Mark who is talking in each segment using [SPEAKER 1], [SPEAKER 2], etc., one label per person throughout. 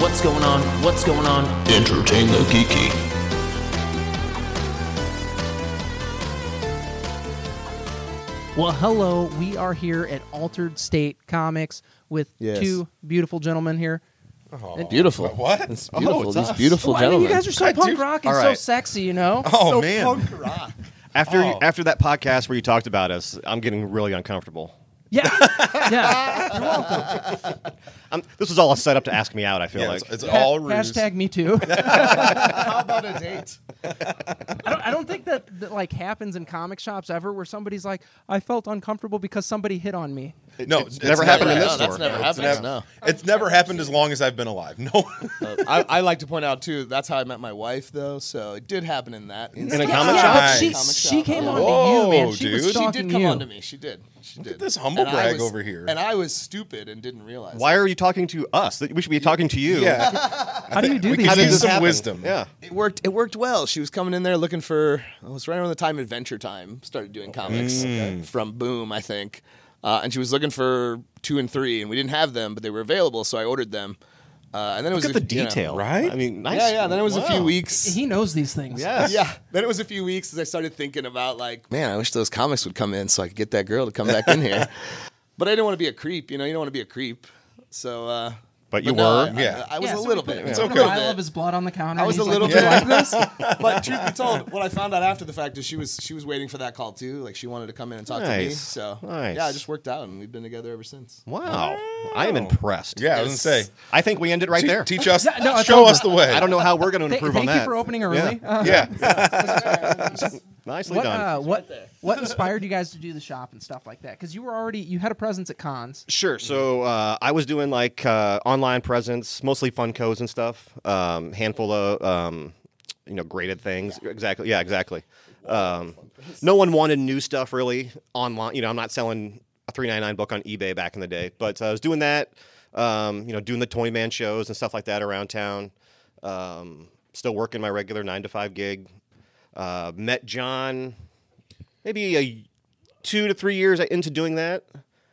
[SPEAKER 1] What's going on? What's going on?
[SPEAKER 2] Entertain the geeky.
[SPEAKER 3] Well, hello. We are here at Altered State Comics with
[SPEAKER 4] Yes.
[SPEAKER 3] two beautiful gentlemen here.
[SPEAKER 5] Beautiful.
[SPEAKER 6] What?
[SPEAKER 5] It's
[SPEAKER 6] Oh,
[SPEAKER 5] beautiful.
[SPEAKER 6] it's
[SPEAKER 5] These
[SPEAKER 6] us.
[SPEAKER 5] beautiful
[SPEAKER 3] Well, I mean,
[SPEAKER 5] gentlemen.
[SPEAKER 3] you guys are so punk
[SPEAKER 6] do-
[SPEAKER 3] rock and
[SPEAKER 5] All
[SPEAKER 3] so
[SPEAKER 5] right.
[SPEAKER 3] sexy, you know.
[SPEAKER 6] Oh man,
[SPEAKER 7] After
[SPEAKER 6] Oh.
[SPEAKER 7] after that podcast where you talked about us, I'm getting really uncomfortable.
[SPEAKER 3] Yeah, yeah.
[SPEAKER 7] I'm, this was all a setup to ask me out. I feel
[SPEAKER 6] yeah,
[SPEAKER 7] like
[SPEAKER 6] it's, it's all
[SPEAKER 3] Ha-
[SPEAKER 6] ruse.
[SPEAKER 3] hashtag Me Too.
[SPEAKER 4] How about a date?
[SPEAKER 3] I don't, I don't think that, that like happens in comic shops ever, where somebody's like, "I felt uncomfortable because somebody hit on me."
[SPEAKER 6] No, it's
[SPEAKER 7] never happened in
[SPEAKER 6] never-
[SPEAKER 7] this
[SPEAKER 5] No, that's
[SPEAKER 7] store.
[SPEAKER 5] never
[SPEAKER 6] It's
[SPEAKER 5] happened.
[SPEAKER 6] never,
[SPEAKER 5] No.
[SPEAKER 6] it's never happened as long as I've been alive. No,
[SPEAKER 4] I, I like to point out too. That's how I met my wife, though. So it did happen in that. In
[SPEAKER 7] a comic
[SPEAKER 3] yeah,
[SPEAKER 7] shop?
[SPEAKER 3] but she,
[SPEAKER 4] Comic
[SPEAKER 3] she
[SPEAKER 4] shop.
[SPEAKER 3] came
[SPEAKER 4] Yeah.
[SPEAKER 3] on to you,
[SPEAKER 6] Whoa,
[SPEAKER 3] man. She was
[SPEAKER 6] dude.
[SPEAKER 4] She
[SPEAKER 3] stalking
[SPEAKER 4] did come
[SPEAKER 3] you.
[SPEAKER 4] on to me. She did. She did.
[SPEAKER 6] this humble
[SPEAKER 4] And I
[SPEAKER 6] brag
[SPEAKER 4] was-
[SPEAKER 6] over here.
[SPEAKER 4] And I was stupid and didn't realize.
[SPEAKER 7] why are you talking to us? That- We should be talking to you.
[SPEAKER 6] yeah,
[SPEAKER 3] How do you do
[SPEAKER 6] we
[SPEAKER 3] these?
[SPEAKER 6] could
[SPEAKER 3] things?
[SPEAKER 6] use some
[SPEAKER 7] happen?
[SPEAKER 6] wisdom.
[SPEAKER 7] Yeah.
[SPEAKER 4] it. it worked. It worked well. She was coming in there looking for. It was right around the time Adventure Time started doing comics
[SPEAKER 7] Mm.
[SPEAKER 4] from Boom, I think. Uh, and she was looking for two and three, and we didn't have them, but they were available, so I ordered them. Uh, and then
[SPEAKER 7] Look
[SPEAKER 4] it was
[SPEAKER 7] at the
[SPEAKER 4] a- you know,
[SPEAKER 7] detail,
[SPEAKER 6] Right?
[SPEAKER 7] I mean, nice.
[SPEAKER 4] yeah, yeah. Then it was a few
[SPEAKER 7] Wow.
[SPEAKER 4] weeks.
[SPEAKER 3] He knows these things.
[SPEAKER 7] Yes.
[SPEAKER 4] Yeah. Then it was a few weeks as I started thinking about like, man, I wish those comics would come in so I could get that girl to come back in here. but I didn't want to be a creep, you know. You don't want to be a creep. So, uh,
[SPEAKER 7] But you
[SPEAKER 4] no,
[SPEAKER 7] were?
[SPEAKER 4] I, I-
[SPEAKER 6] Yeah.
[SPEAKER 4] I, was
[SPEAKER 3] Yeah,
[SPEAKER 4] a
[SPEAKER 3] so
[SPEAKER 4] little
[SPEAKER 3] we put
[SPEAKER 4] bit.
[SPEAKER 3] it-
[SPEAKER 6] It's
[SPEAKER 4] I
[SPEAKER 3] put
[SPEAKER 4] was
[SPEAKER 3] a
[SPEAKER 6] okay.
[SPEAKER 3] pile of his blood on the counter.
[SPEAKER 4] I
[SPEAKER 3] and
[SPEAKER 4] was a
[SPEAKER 3] he's
[SPEAKER 4] little
[SPEAKER 3] like, "Would you
[SPEAKER 4] bit-
[SPEAKER 3] like this.
[SPEAKER 4] But truth be told, what I found out after the fact is she was she was waiting for that call too. Like she wanted to come in and talk to me.
[SPEAKER 7] Nice.
[SPEAKER 4] So
[SPEAKER 7] Nice.
[SPEAKER 4] yeah, it just worked out, and we've been together ever since.
[SPEAKER 7] Wow. I am impressed.
[SPEAKER 6] Yeah, I was gonna say.
[SPEAKER 7] I think we ended right
[SPEAKER 6] Te-
[SPEAKER 7] there.
[SPEAKER 6] Teach us.
[SPEAKER 3] Yeah, no, it's
[SPEAKER 6] show
[SPEAKER 3] over.
[SPEAKER 6] us the way.
[SPEAKER 7] I don't know how we're going to
[SPEAKER 3] Th-
[SPEAKER 7] improve
[SPEAKER 3] thank
[SPEAKER 7] on that.
[SPEAKER 3] you for opening early.
[SPEAKER 7] Yeah.
[SPEAKER 3] Uh,
[SPEAKER 6] Yeah.
[SPEAKER 7] Nicely
[SPEAKER 3] what
[SPEAKER 7] done.
[SPEAKER 3] uh, what what inspired you guys to do the shop and stuff like that? Because you were already you had a presence at cons.
[SPEAKER 7] Sure. So uh, I was doing like uh, online presence, mostly Funkos and stuff. Um, handful of um, you know graded things. Exactly. Yeah. Exactly. Um, no one wanted new stuff really online. You know, I'm not selling a 3.99 book on eBay back in the day, but uh, I was doing that. Um, you know, doing the Toy Man shows and stuff like that around town. Um, still working my regular nine to five gig. Uh, met John maybe a two to three years into doing that,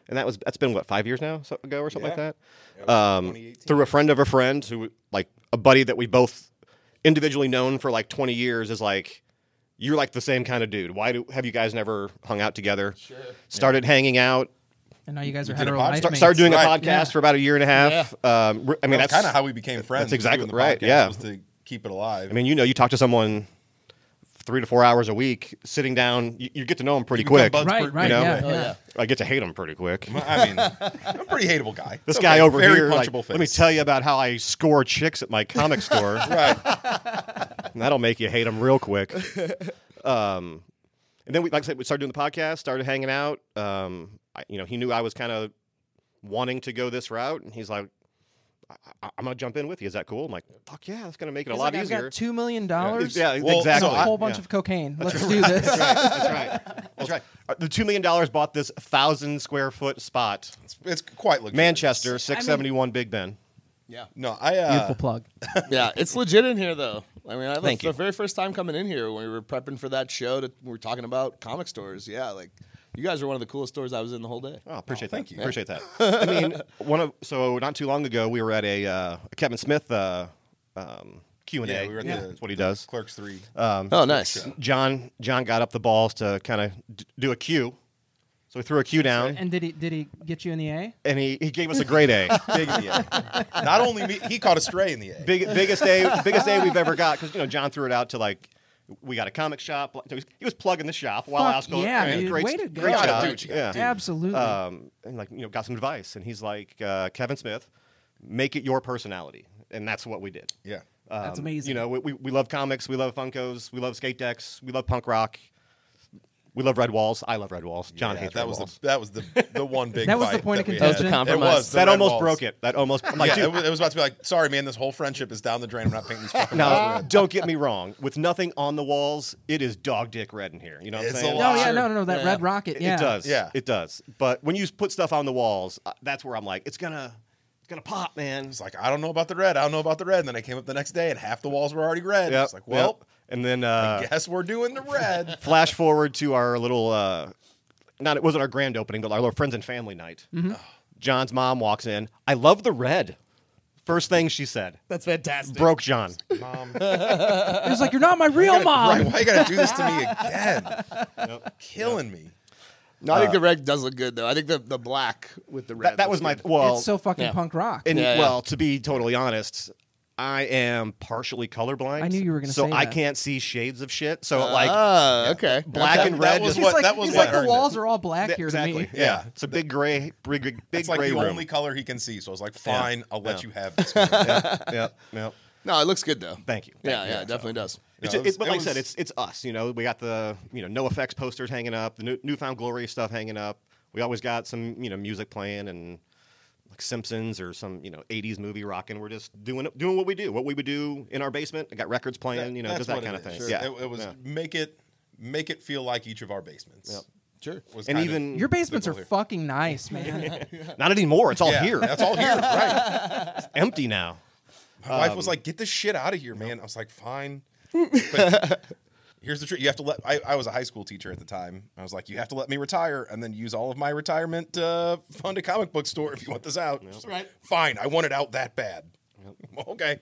[SPEAKER 7] and that was that's been what five years now so, ago or something like that. Um, through a friend of a friend who like a buddy that we both individually known for like twenty years is like you're like the same kind of dude. Why do have you guys never hung out together? Sure. Started hanging out.
[SPEAKER 3] And now you guys are
[SPEAKER 6] did a
[SPEAKER 3] hetero
[SPEAKER 6] pod-
[SPEAKER 3] life
[SPEAKER 7] Start,
[SPEAKER 3] mates.
[SPEAKER 7] started doing a
[SPEAKER 6] Right.
[SPEAKER 7] podcast
[SPEAKER 3] Yeah.
[SPEAKER 7] for about a year and a half. Um, re- I mean,
[SPEAKER 6] That's
[SPEAKER 7] that's,
[SPEAKER 6] kind of how we became friends.
[SPEAKER 7] that's exactly
[SPEAKER 6] doing the
[SPEAKER 7] right,
[SPEAKER 6] podcast
[SPEAKER 7] yeah.
[SPEAKER 6] was to keep it alive.
[SPEAKER 7] I mean, you know, you talk to someone three to four hours a week, sitting down. You, you get to know them pretty
[SPEAKER 6] You become
[SPEAKER 7] quick.
[SPEAKER 6] buds
[SPEAKER 3] Right,
[SPEAKER 6] per-
[SPEAKER 3] right,
[SPEAKER 6] you know?
[SPEAKER 3] yeah,
[SPEAKER 4] Oh,
[SPEAKER 3] yeah.
[SPEAKER 4] yeah.
[SPEAKER 7] I get to hate them pretty quick.
[SPEAKER 6] I mean, I'm a pretty hateable guy.
[SPEAKER 7] This
[SPEAKER 6] It's
[SPEAKER 7] guy
[SPEAKER 6] okay.
[SPEAKER 7] over
[SPEAKER 6] Very
[SPEAKER 7] here, like,
[SPEAKER 6] punchable face.
[SPEAKER 7] let me tell you about how I score chicks at my comic store.
[SPEAKER 6] Right.
[SPEAKER 7] And that'll make you hate them real quick. Um, and then we, like I said, we started doing the podcast, started hanging out. Um, I, you know, he knew I was kind of wanting to go this route, and he's like, I- I- "I'm gonna jump in with you. Is that cool?" I'm like, "Fuck yeah, that's gonna make it a
[SPEAKER 3] He's
[SPEAKER 7] lot
[SPEAKER 3] like, I've
[SPEAKER 7] easier."
[SPEAKER 3] got two million dollars.
[SPEAKER 7] yeah,
[SPEAKER 6] Well,
[SPEAKER 7] exactly.
[SPEAKER 6] so
[SPEAKER 3] A whole bunch
[SPEAKER 7] Yeah.
[SPEAKER 3] of cocaine. Let's do this.
[SPEAKER 7] That's right. That's right. Uh, The two million dollars bought this thousand square foot spot,
[SPEAKER 6] It's, it's quite luxurious.
[SPEAKER 7] Manchester, six seventy one Big Ben.
[SPEAKER 4] Yeah,
[SPEAKER 6] No, I. Uh,
[SPEAKER 3] Beautiful plug.
[SPEAKER 4] yeah, it's legit in here though. I mean, I the,
[SPEAKER 7] Thank you.
[SPEAKER 4] the very first time coming in here when we were prepping for that show, to, we were talking about comic stores. Yeah, like you guys were one of the coolest stores I was in the whole day.
[SPEAKER 7] Oh, appreciate that.
[SPEAKER 6] thank you.
[SPEAKER 7] Appreciate that. I mean, one of so not too long ago we were at a uh, Kevin Smith uh, um, Q and
[SPEAKER 6] Yeah,
[SPEAKER 7] A.
[SPEAKER 6] we were at the-
[SPEAKER 7] That's what he does.
[SPEAKER 6] Clerks three.
[SPEAKER 7] Uh,
[SPEAKER 4] Oh, nice.
[SPEAKER 7] John John got up the balls to kind of d- do a Q, so he threw a Q down
[SPEAKER 3] And did he did he get you in the A?
[SPEAKER 7] and he, he gave us a great A,
[SPEAKER 6] big in the A. Not only me, he caught a stray in the A.
[SPEAKER 7] Big, biggest A biggest A we've ever got because you know John threw it out to like. We got a comic shop. like, so he's- He was plugging the shop while
[SPEAKER 3] Fuck
[SPEAKER 7] I was going.
[SPEAKER 3] yeah,
[SPEAKER 7] man,
[SPEAKER 3] dude.
[SPEAKER 7] Great,
[SPEAKER 3] Way to go.
[SPEAKER 7] great
[SPEAKER 6] You gotta
[SPEAKER 7] job.
[SPEAKER 6] do what you gotta
[SPEAKER 7] yeah.
[SPEAKER 6] do.
[SPEAKER 3] Absolutely.
[SPEAKER 7] um, and like you know got some advice and he's like uh, kevin smith make it your personality and that's what we did
[SPEAKER 6] Yeah.
[SPEAKER 7] um,
[SPEAKER 3] That's amazing.
[SPEAKER 7] you know we, we, we love comics we love funkos we love skate decks we love punk rock we love red walls i love red walls john
[SPEAKER 6] Yeah,
[SPEAKER 7] hates
[SPEAKER 6] that
[SPEAKER 7] red
[SPEAKER 6] was
[SPEAKER 7] walls
[SPEAKER 6] the, that was the the one big.
[SPEAKER 3] That was the
[SPEAKER 6] fight
[SPEAKER 3] point of
[SPEAKER 6] we had.
[SPEAKER 3] contention.
[SPEAKER 4] That was the
[SPEAKER 6] It was,
[SPEAKER 4] compromise.
[SPEAKER 6] the
[SPEAKER 7] that
[SPEAKER 6] red
[SPEAKER 7] almost
[SPEAKER 6] walls.
[SPEAKER 7] broke it that almost I'm like
[SPEAKER 6] yeah, it
[SPEAKER 7] dude,
[SPEAKER 6] was, it was about to be like, sorry, man, this whole friendship is down the drain. We're not painting these fucking walls
[SPEAKER 7] now
[SPEAKER 6] red.
[SPEAKER 7] don't get me wrong with nothing on the walls it is dog dick red in here you know what
[SPEAKER 6] It's
[SPEAKER 7] i'm
[SPEAKER 6] a
[SPEAKER 7] saying
[SPEAKER 6] lot.
[SPEAKER 3] no, yeah,
[SPEAKER 6] sure.
[SPEAKER 3] no, no, no. That
[SPEAKER 4] Yeah.
[SPEAKER 3] red rocket.
[SPEAKER 7] It-
[SPEAKER 3] Yeah.
[SPEAKER 7] It does.
[SPEAKER 6] Yeah.
[SPEAKER 7] It does. But when you put stuff on the walls, uh, that's where I'm like, it's gonna, it's gonna pop, man.
[SPEAKER 6] It's like I don't know about the red. I don't know about the red. And then I came up the next day, and half the walls were already red.
[SPEAKER 7] Yep,
[SPEAKER 6] It's like, well,
[SPEAKER 7] yep. and then uh,
[SPEAKER 6] guess we're doing the red.
[SPEAKER 7] flash forward to our little, uh, not it wasn't our
[SPEAKER 3] Mm-hmm.
[SPEAKER 7] Oh. grand opening, but our little friends and family night. John's mom walks in. I love the red. First thing she said.
[SPEAKER 1] That's fantastic.
[SPEAKER 7] Broke John.
[SPEAKER 6] Mom,
[SPEAKER 3] It was like you're not my real
[SPEAKER 6] right,
[SPEAKER 3] mom.
[SPEAKER 6] why you gotta do this to me again? Killing me.
[SPEAKER 4] No, I
[SPEAKER 6] Uh,
[SPEAKER 4] think the red does look good though. I think the, the black with the red.
[SPEAKER 7] That, that was my
[SPEAKER 4] looks good.
[SPEAKER 7] well.
[SPEAKER 3] it's so fucking
[SPEAKER 4] yeah.
[SPEAKER 3] punk rock.
[SPEAKER 7] And
[SPEAKER 4] Yeah, yeah.
[SPEAKER 7] well, to be totally honest, I am partially colorblind.
[SPEAKER 3] I knew you were gonna
[SPEAKER 7] So
[SPEAKER 3] say
[SPEAKER 7] I
[SPEAKER 3] that.
[SPEAKER 7] can't see shades of shit. So like
[SPEAKER 4] Ah, okay.
[SPEAKER 7] black
[SPEAKER 6] That-
[SPEAKER 7] and
[SPEAKER 6] that
[SPEAKER 7] red.
[SPEAKER 6] was
[SPEAKER 7] is
[SPEAKER 3] he's
[SPEAKER 6] what-
[SPEAKER 3] like,
[SPEAKER 6] that was
[SPEAKER 3] he's
[SPEAKER 6] what
[SPEAKER 3] like the
[SPEAKER 6] earned
[SPEAKER 3] walls are all black
[SPEAKER 7] Yeah,
[SPEAKER 3] here
[SPEAKER 7] exactly.
[SPEAKER 3] to me.
[SPEAKER 7] Yeah. it's a big gray, big, big, big
[SPEAKER 6] It's like
[SPEAKER 7] gray
[SPEAKER 6] the
[SPEAKER 7] room.
[SPEAKER 6] only color he can see. So I was like, fine, I'll let
[SPEAKER 7] Yeah.
[SPEAKER 6] you have this. one.
[SPEAKER 7] yeah, yeah, yeah.
[SPEAKER 4] No, it looks good though.
[SPEAKER 7] Thank you.
[SPEAKER 4] Yeah,
[SPEAKER 7] Thank
[SPEAKER 4] yeah,
[SPEAKER 7] you.
[SPEAKER 4] it definitely does.
[SPEAKER 7] It's
[SPEAKER 6] No,
[SPEAKER 7] ju-
[SPEAKER 6] it was-
[SPEAKER 7] it- but like
[SPEAKER 6] it
[SPEAKER 7] I said,
[SPEAKER 6] was-
[SPEAKER 7] it's it's us. You know, we got the you know no effects posters hanging up, the new, newfound glory stuff hanging up. We always got some you know music playing and like Simpsons or some you know '80s movie rocking. We're just doing it- doing what we do, what we would do in our basement. I got records playing, you know,
[SPEAKER 6] That's
[SPEAKER 7] just that
[SPEAKER 6] what it
[SPEAKER 7] kind of
[SPEAKER 6] is.
[SPEAKER 7] thing.
[SPEAKER 6] Sure.
[SPEAKER 7] Yeah,
[SPEAKER 6] It, it was
[SPEAKER 7] Yeah.
[SPEAKER 6] make it make it feel like each of our basements.
[SPEAKER 4] Sure.
[SPEAKER 6] Was
[SPEAKER 7] and
[SPEAKER 6] kind of-
[SPEAKER 7] even
[SPEAKER 3] Your basements are
[SPEAKER 6] Here.
[SPEAKER 3] fucking nice, man.
[SPEAKER 7] not anymore. It's all
[SPEAKER 6] Yeah,
[SPEAKER 7] here.
[SPEAKER 6] That's all here. Right.
[SPEAKER 7] It's empty now.
[SPEAKER 6] My wife
[SPEAKER 7] Um,
[SPEAKER 6] was like, "Get this shit out of here, man." I was like, "Fine." But here's the truth: you have to let. I, I was a high school teacher at the time. I was like, "You have to let me retire, and then use all of my retirement to fund a comic book store if you want this out." She's like, Fine. I want it out that bad. okay.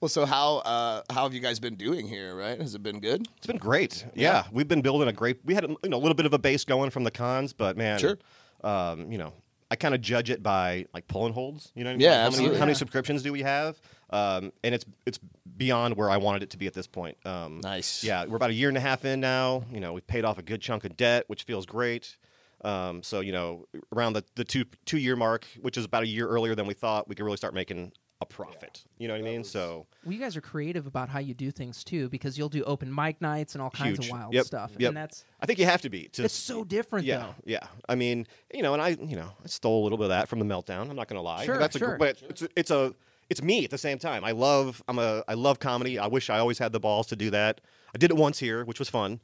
[SPEAKER 4] Well, so how uh, how have you guys been doing here? Right? Has it been good?
[SPEAKER 7] It's been great. Yeah. we've been building a great. We had you know, a little bit of a base going from the cons, but man,
[SPEAKER 4] Sure.
[SPEAKER 7] um, you know, I kind of judge it by like pulling holds. You know, what I mean?
[SPEAKER 4] Yeah,
[SPEAKER 7] Like, how many,
[SPEAKER 4] absolutely.
[SPEAKER 7] how many
[SPEAKER 3] Yeah.
[SPEAKER 7] subscriptions do we have? Um, and it's it's beyond where I wanted it to be at this point. Um,
[SPEAKER 4] Nice.
[SPEAKER 7] Yeah, we're about a year and a half in now. You know, we've paid off a good chunk of debt, which feels great. Um, so you know, around the, the two two year mark, which is about a year earlier than we thought, we could really start making a profit. You know what I mean? so
[SPEAKER 3] well, you guys are creative about how you do things too, because you'll do open mic nights and all kinds
[SPEAKER 7] huge.
[SPEAKER 3] of wild
[SPEAKER 7] Yep,
[SPEAKER 3] stuff,
[SPEAKER 7] yep.
[SPEAKER 3] and that's
[SPEAKER 7] I think you have to be to
[SPEAKER 3] it's so different
[SPEAKER 7] Yeah,
[SPEAKER 3] though.
[SPEAKER 7] yeah. I mean, you know, and I, you know, I stole a little bit of that from the meltdown. I'm not gonna lie.
[SPEAKER 3] Sure,
[SPEAKER 7] that's
[SPEAKER 3] sure.
[SPEAKER 7] A, but it's, it's a, it's me at the same time. I love, I'm a, I love comedy. I wish I always had the balls to do that. I did it once here, which was fun.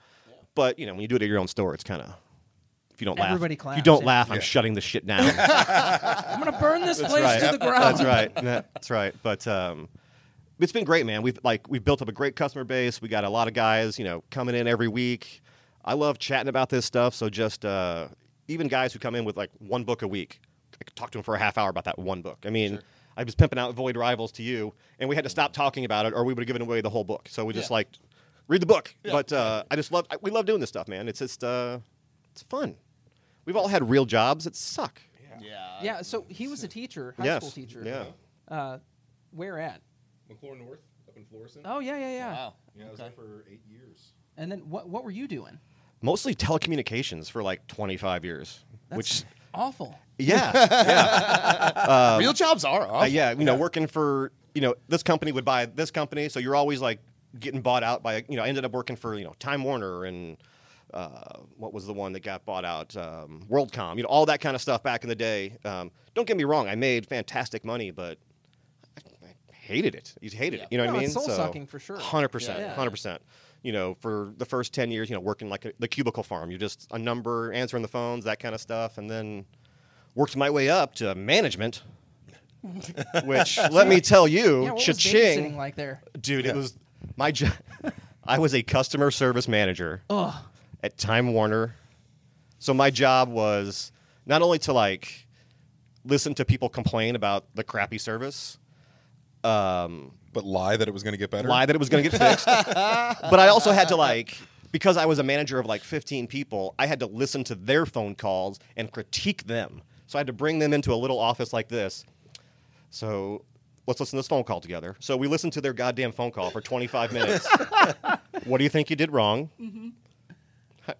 [SPEAKER 7] But you know, when you do it at your own store, it's kind of, if you don't laugh,
[SPEAKER 3] Everybody
[SPEAKER 7] If you
[SPEAKER 3] claps,
[SPEAKER 7] don't
[SPEAKER 3] yeah.
[SPEAKER 7] laugh, I'm shutting the shit down. that's
[SPEAKER 3] I'm gonna burn this place
[SPEAKER 7] right.
[SPEAKER 3] to the ground.
[SPEAKER 7] That's right. Yeah, That's right. But um, it's been great, man. We've like we've built up a great customer base. We got a lot of guys, you know, coming in every week. I love chatting about this stuff. So just uh, even guys who come in with like one book a week, I could talk to them for a half hour about that one book. I mean, I was pimping out Void Rivals to you, and we had to stop talking about it, or we would have given away the whole book. So we just like read the book. But uh, I just love I, we love doing this stuff, man. It's just uh, it's fun. We've all had real jobs that suck.
[SPEAKER 4] Yeah.
[SPEAKER 3] Yeah, so he was a teacher, high
[SPEAKER 7] yes.
[SPEAKER 3] school teacher.
[SPEAKER 7] Yeah.
[SPEAKER 3] Uh, where at?
[SPEAKER 6] McLaurin North up in Florissant.
[SPEAKER 3] Oh yeah, yeah, yeah.
[SPEAKER 4] Wow.
[SPEAKER 6] Yeah, I was there for eight years.
[SPEAKER 3] And then what? What were you doing?
[SPEAKER 7] Mostly telecommunications for like 25 years, which
[SPEAKER 3] Awful.
[SPEAKER 7] yeah, yeah.
[SPEAKER 4] Real jobs are
[SPEAKER 7] Uh,
[SPEAKER 4] off.
[SPEAKER 7] yeah, you know, working for you know this company would buy this company, so you're always like getting bought out by you know. I ended up working for you know Time Warner and uh, what was the one that got bought out? Um, WorldCom, you know, all that kind of stuff back in the day. Um, don't get me wrong, I made fantastic money, but I, I hated it. You hated it. You know
[SPEAKER 3] No,
[SPEAKER 7] what I mean?
[SPEAKER 3] it's soul-sucking for sure.
[SPEAKER 7] Hundred percent,
[SPEAKER 3] Yeah.
[SPEAKER 7] hundred percent. You know, for the first ten years, you know, working like a, the cubicle farm, you're just a number answering the phones, that kind of stuff, and then worked my way up to management, which let me tell you,
[SPEAKER 3] Yeah, what was babysitting
[SPEAKER 7] Oh, cha-ching,
[SPEAKER 3] like there?
[SPEAKER 7] dude, it was my job. I was a customer service manager
[SPEAKER 3] Ugh.
[SPEAKER 7] at Time Warner, so my job was not only to like listen to people complain about the crappy service,
[SPEAKER 6] But lie that it was going to get better.
[SPEAKER 7] lie that it was going to get fixed. but I also had to like because I was a manager of like 15 people, I had to listen to their phone calls and critique them. So I had to bring them into a little office like this. So let's listen to this phone call together. So we listened to their goddamn phone call for 25 minutes. what do you think you did wrong?
[SPEAKER 3] Mm-hmm.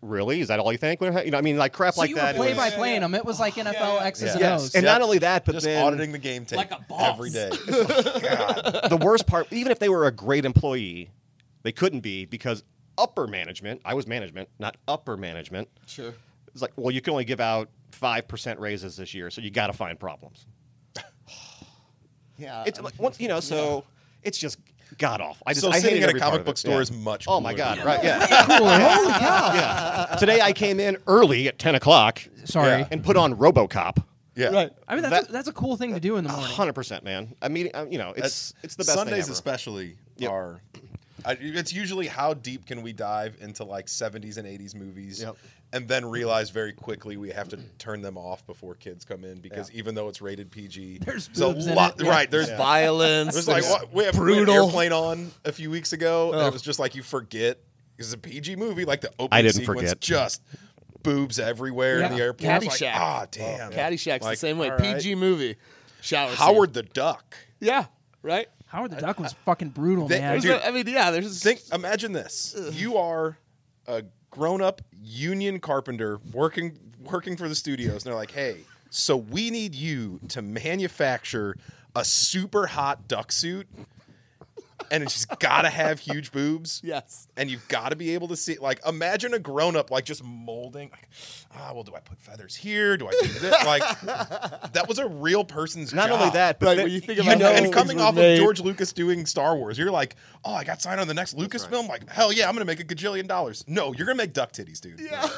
[SPEAKER 7] Really? Is that all you think? You know, I mean, like crap
[SPEAKER 3] So
[SPEAKER 7] like
[SPEAKER 3] you were
[SPEAKER 7] that. it
[SPEAKER 3] play
[SPEAKER 7] was-
[SPEAKER 3] by playing them. It was like NFL X's and
[SPEAKER 7] Yes.
[SPEAKER 3] O's.
[SPEAKER 7] And
[SPEAKER 6] Yep.
[SPEAKER 7] not only that, but
[SPEAKER 6] Just
[SPEAKER 7] then
[SPEAKER 6] auditing the game tape
[SPEAKER 3] Like a boss.
[SPEAKER 6] every day.
[SPEAKER 7] the worst part, even if they were a great employee, they couldn't be because upper management, I was management, not upper management.
[SPEAKER 4] Sure.
[SPEAKER 7] It's like, well, you can only give out 5% raises this year, so you got to find problems.
[SPEAKER 4] Yeah.
[SPEAKER 7] It's like, once, you know, so it's just god off. I just,
[SPEAKER 6] so
[SPEAKER 7] I
[SPEAKER 6] sitting
[SPEAKER 7] hated
[SPEAKER 6] at a
[SPEAKER 7] every part
[SPEAKER 6] comic
[SPEAKER 7] of
[SPEAKER 6] book
[SPEAKER 7] it.
[SPEAKER 6] store
[SPEAKER 7] Yeah.
[SPEAKER 6] is much.
[SPEAKER 7] Oh my
[SPEAKER 6] cooler
[SPEAKER 7] god,
[SPEAKER 6] than-
[SPEAKER 7] right. Yeah.
[SPEAKER 3] Holy cow.
[SPEAKER 7] yeah. Today I came in early at 10 o'clock.
[SPEAKER 3] Sorry.
[SPEAKER 7] And put on Robocop.
[SPEAKER 6] Yeah.
[SPEAKER 3] I mean, that's,
[SPEAKER 7] That-
[SPEAKER 3] a, that's a cool thing to do in the morning.
[SPEAKER 7] uh, 100%, man. I mean, I- you know, it's, it's the best thing
[SPEAKER 6] Sundays
[SPEAKER 7] ever.
[SPEAKER 6] especially
[SPEAKER 7] Yep.
[SPEAKER 6] are. I, it's usually how deep can we dive into like 70s and 80s movies
[SPEAKER 7] Yep.
[SPEAKER 6] and then realize very quickly we have to turn them off before kids come in because even though it's rated PG,
[SPEAKER 3] There's
[SPEAKER 6] there's a
[SPEAKER 3] boobs in
[SPEAKER 6] lot.
[SPEAKER 3] it, yeah.
[SPEAKER 6] Right. There's
[SPEAKER 4] violence.
[SPEAKER 6] It was like
[SPEAKER 4] there's
[SPEAKER 6] what, we, have, we had
[SPEAKER 4] brutal.
[SPEAKER 6] airplane on a few weeks ago, and
[SPEAKER 4] Oh.
[SPEAKER 6] it was just like you forget because it's a PG movie. Like the opening
[SPEAKER 7] I didn't
[SPEAKER 6] sequence,
[SPEAKER 7] forget.
[SPEAKER 6] just boobs everywhere in
[SPEAKER 3] Yeah.
[SPEAKER 6] the airplane. I was
[SPEAKER 4] Caddyshack.
[SPEAKER 6] Like, ah, damn.
[SPEAKER 4] Caddyshack's the
[SPEAKER 6] Like,
[SPEAKER 4] same way.
[SPEAKER 6] all right.
[SPEAKER 4] PG movie. Shower. scene.
[SPEAKER 6] Howard the Duck.
[SPEAKER 4] Yeah. Right.
[SPEAKER 3] Howard the Duck was fucking brutal,
[SPEAKER 6] They-
[SPEAKER 3] man.
[SPEAKER 4] There's
[SPEAKER 6] Dude.
[SPEAKER 4] no- I mean, yeah. There's
[SPEAKER 6] Think. Imagine this: you are a grown-up union carpenter working working for the studios, and they're like, "Hey, so we need you to manufacture a super hot duck suit." And it's just gotta have huge boobs.
[SPEAKER 4] yes.
[SPEAKER 6] and you've got to be able to see. Like, imagine a grown up like just molding. Like, ah, well, do I put feathers here? Do I do this? Like, that was a real person's.
[SPEAKER 7] Not only
[SPEAKER 6] job.
[SPEAKER 7] that, but
[SPEAKER 4] Right,
[SPEAKER 7] then-
[SPEAKER 4] when you think
[SPEAKER 6] You
[SPEAKER 4] about
[SPEAKER 6] know,
[SPEAKER 4] how
[SPEAKER 6] and
[SPEAKER 4] things
[SPEAKER 6] coming
[SPEAKER 4] were
[SPEAKER 6] off
[SPEAKER 4] made.
[SPEAKER 6] of George Lucas doing Star Wars, you're like, oh, I got signed on the next Lucasfilm. Like, hell yeah, I'm gonna make a gajillion dollars. No, you're gonna make duck titties, dude. Yeah.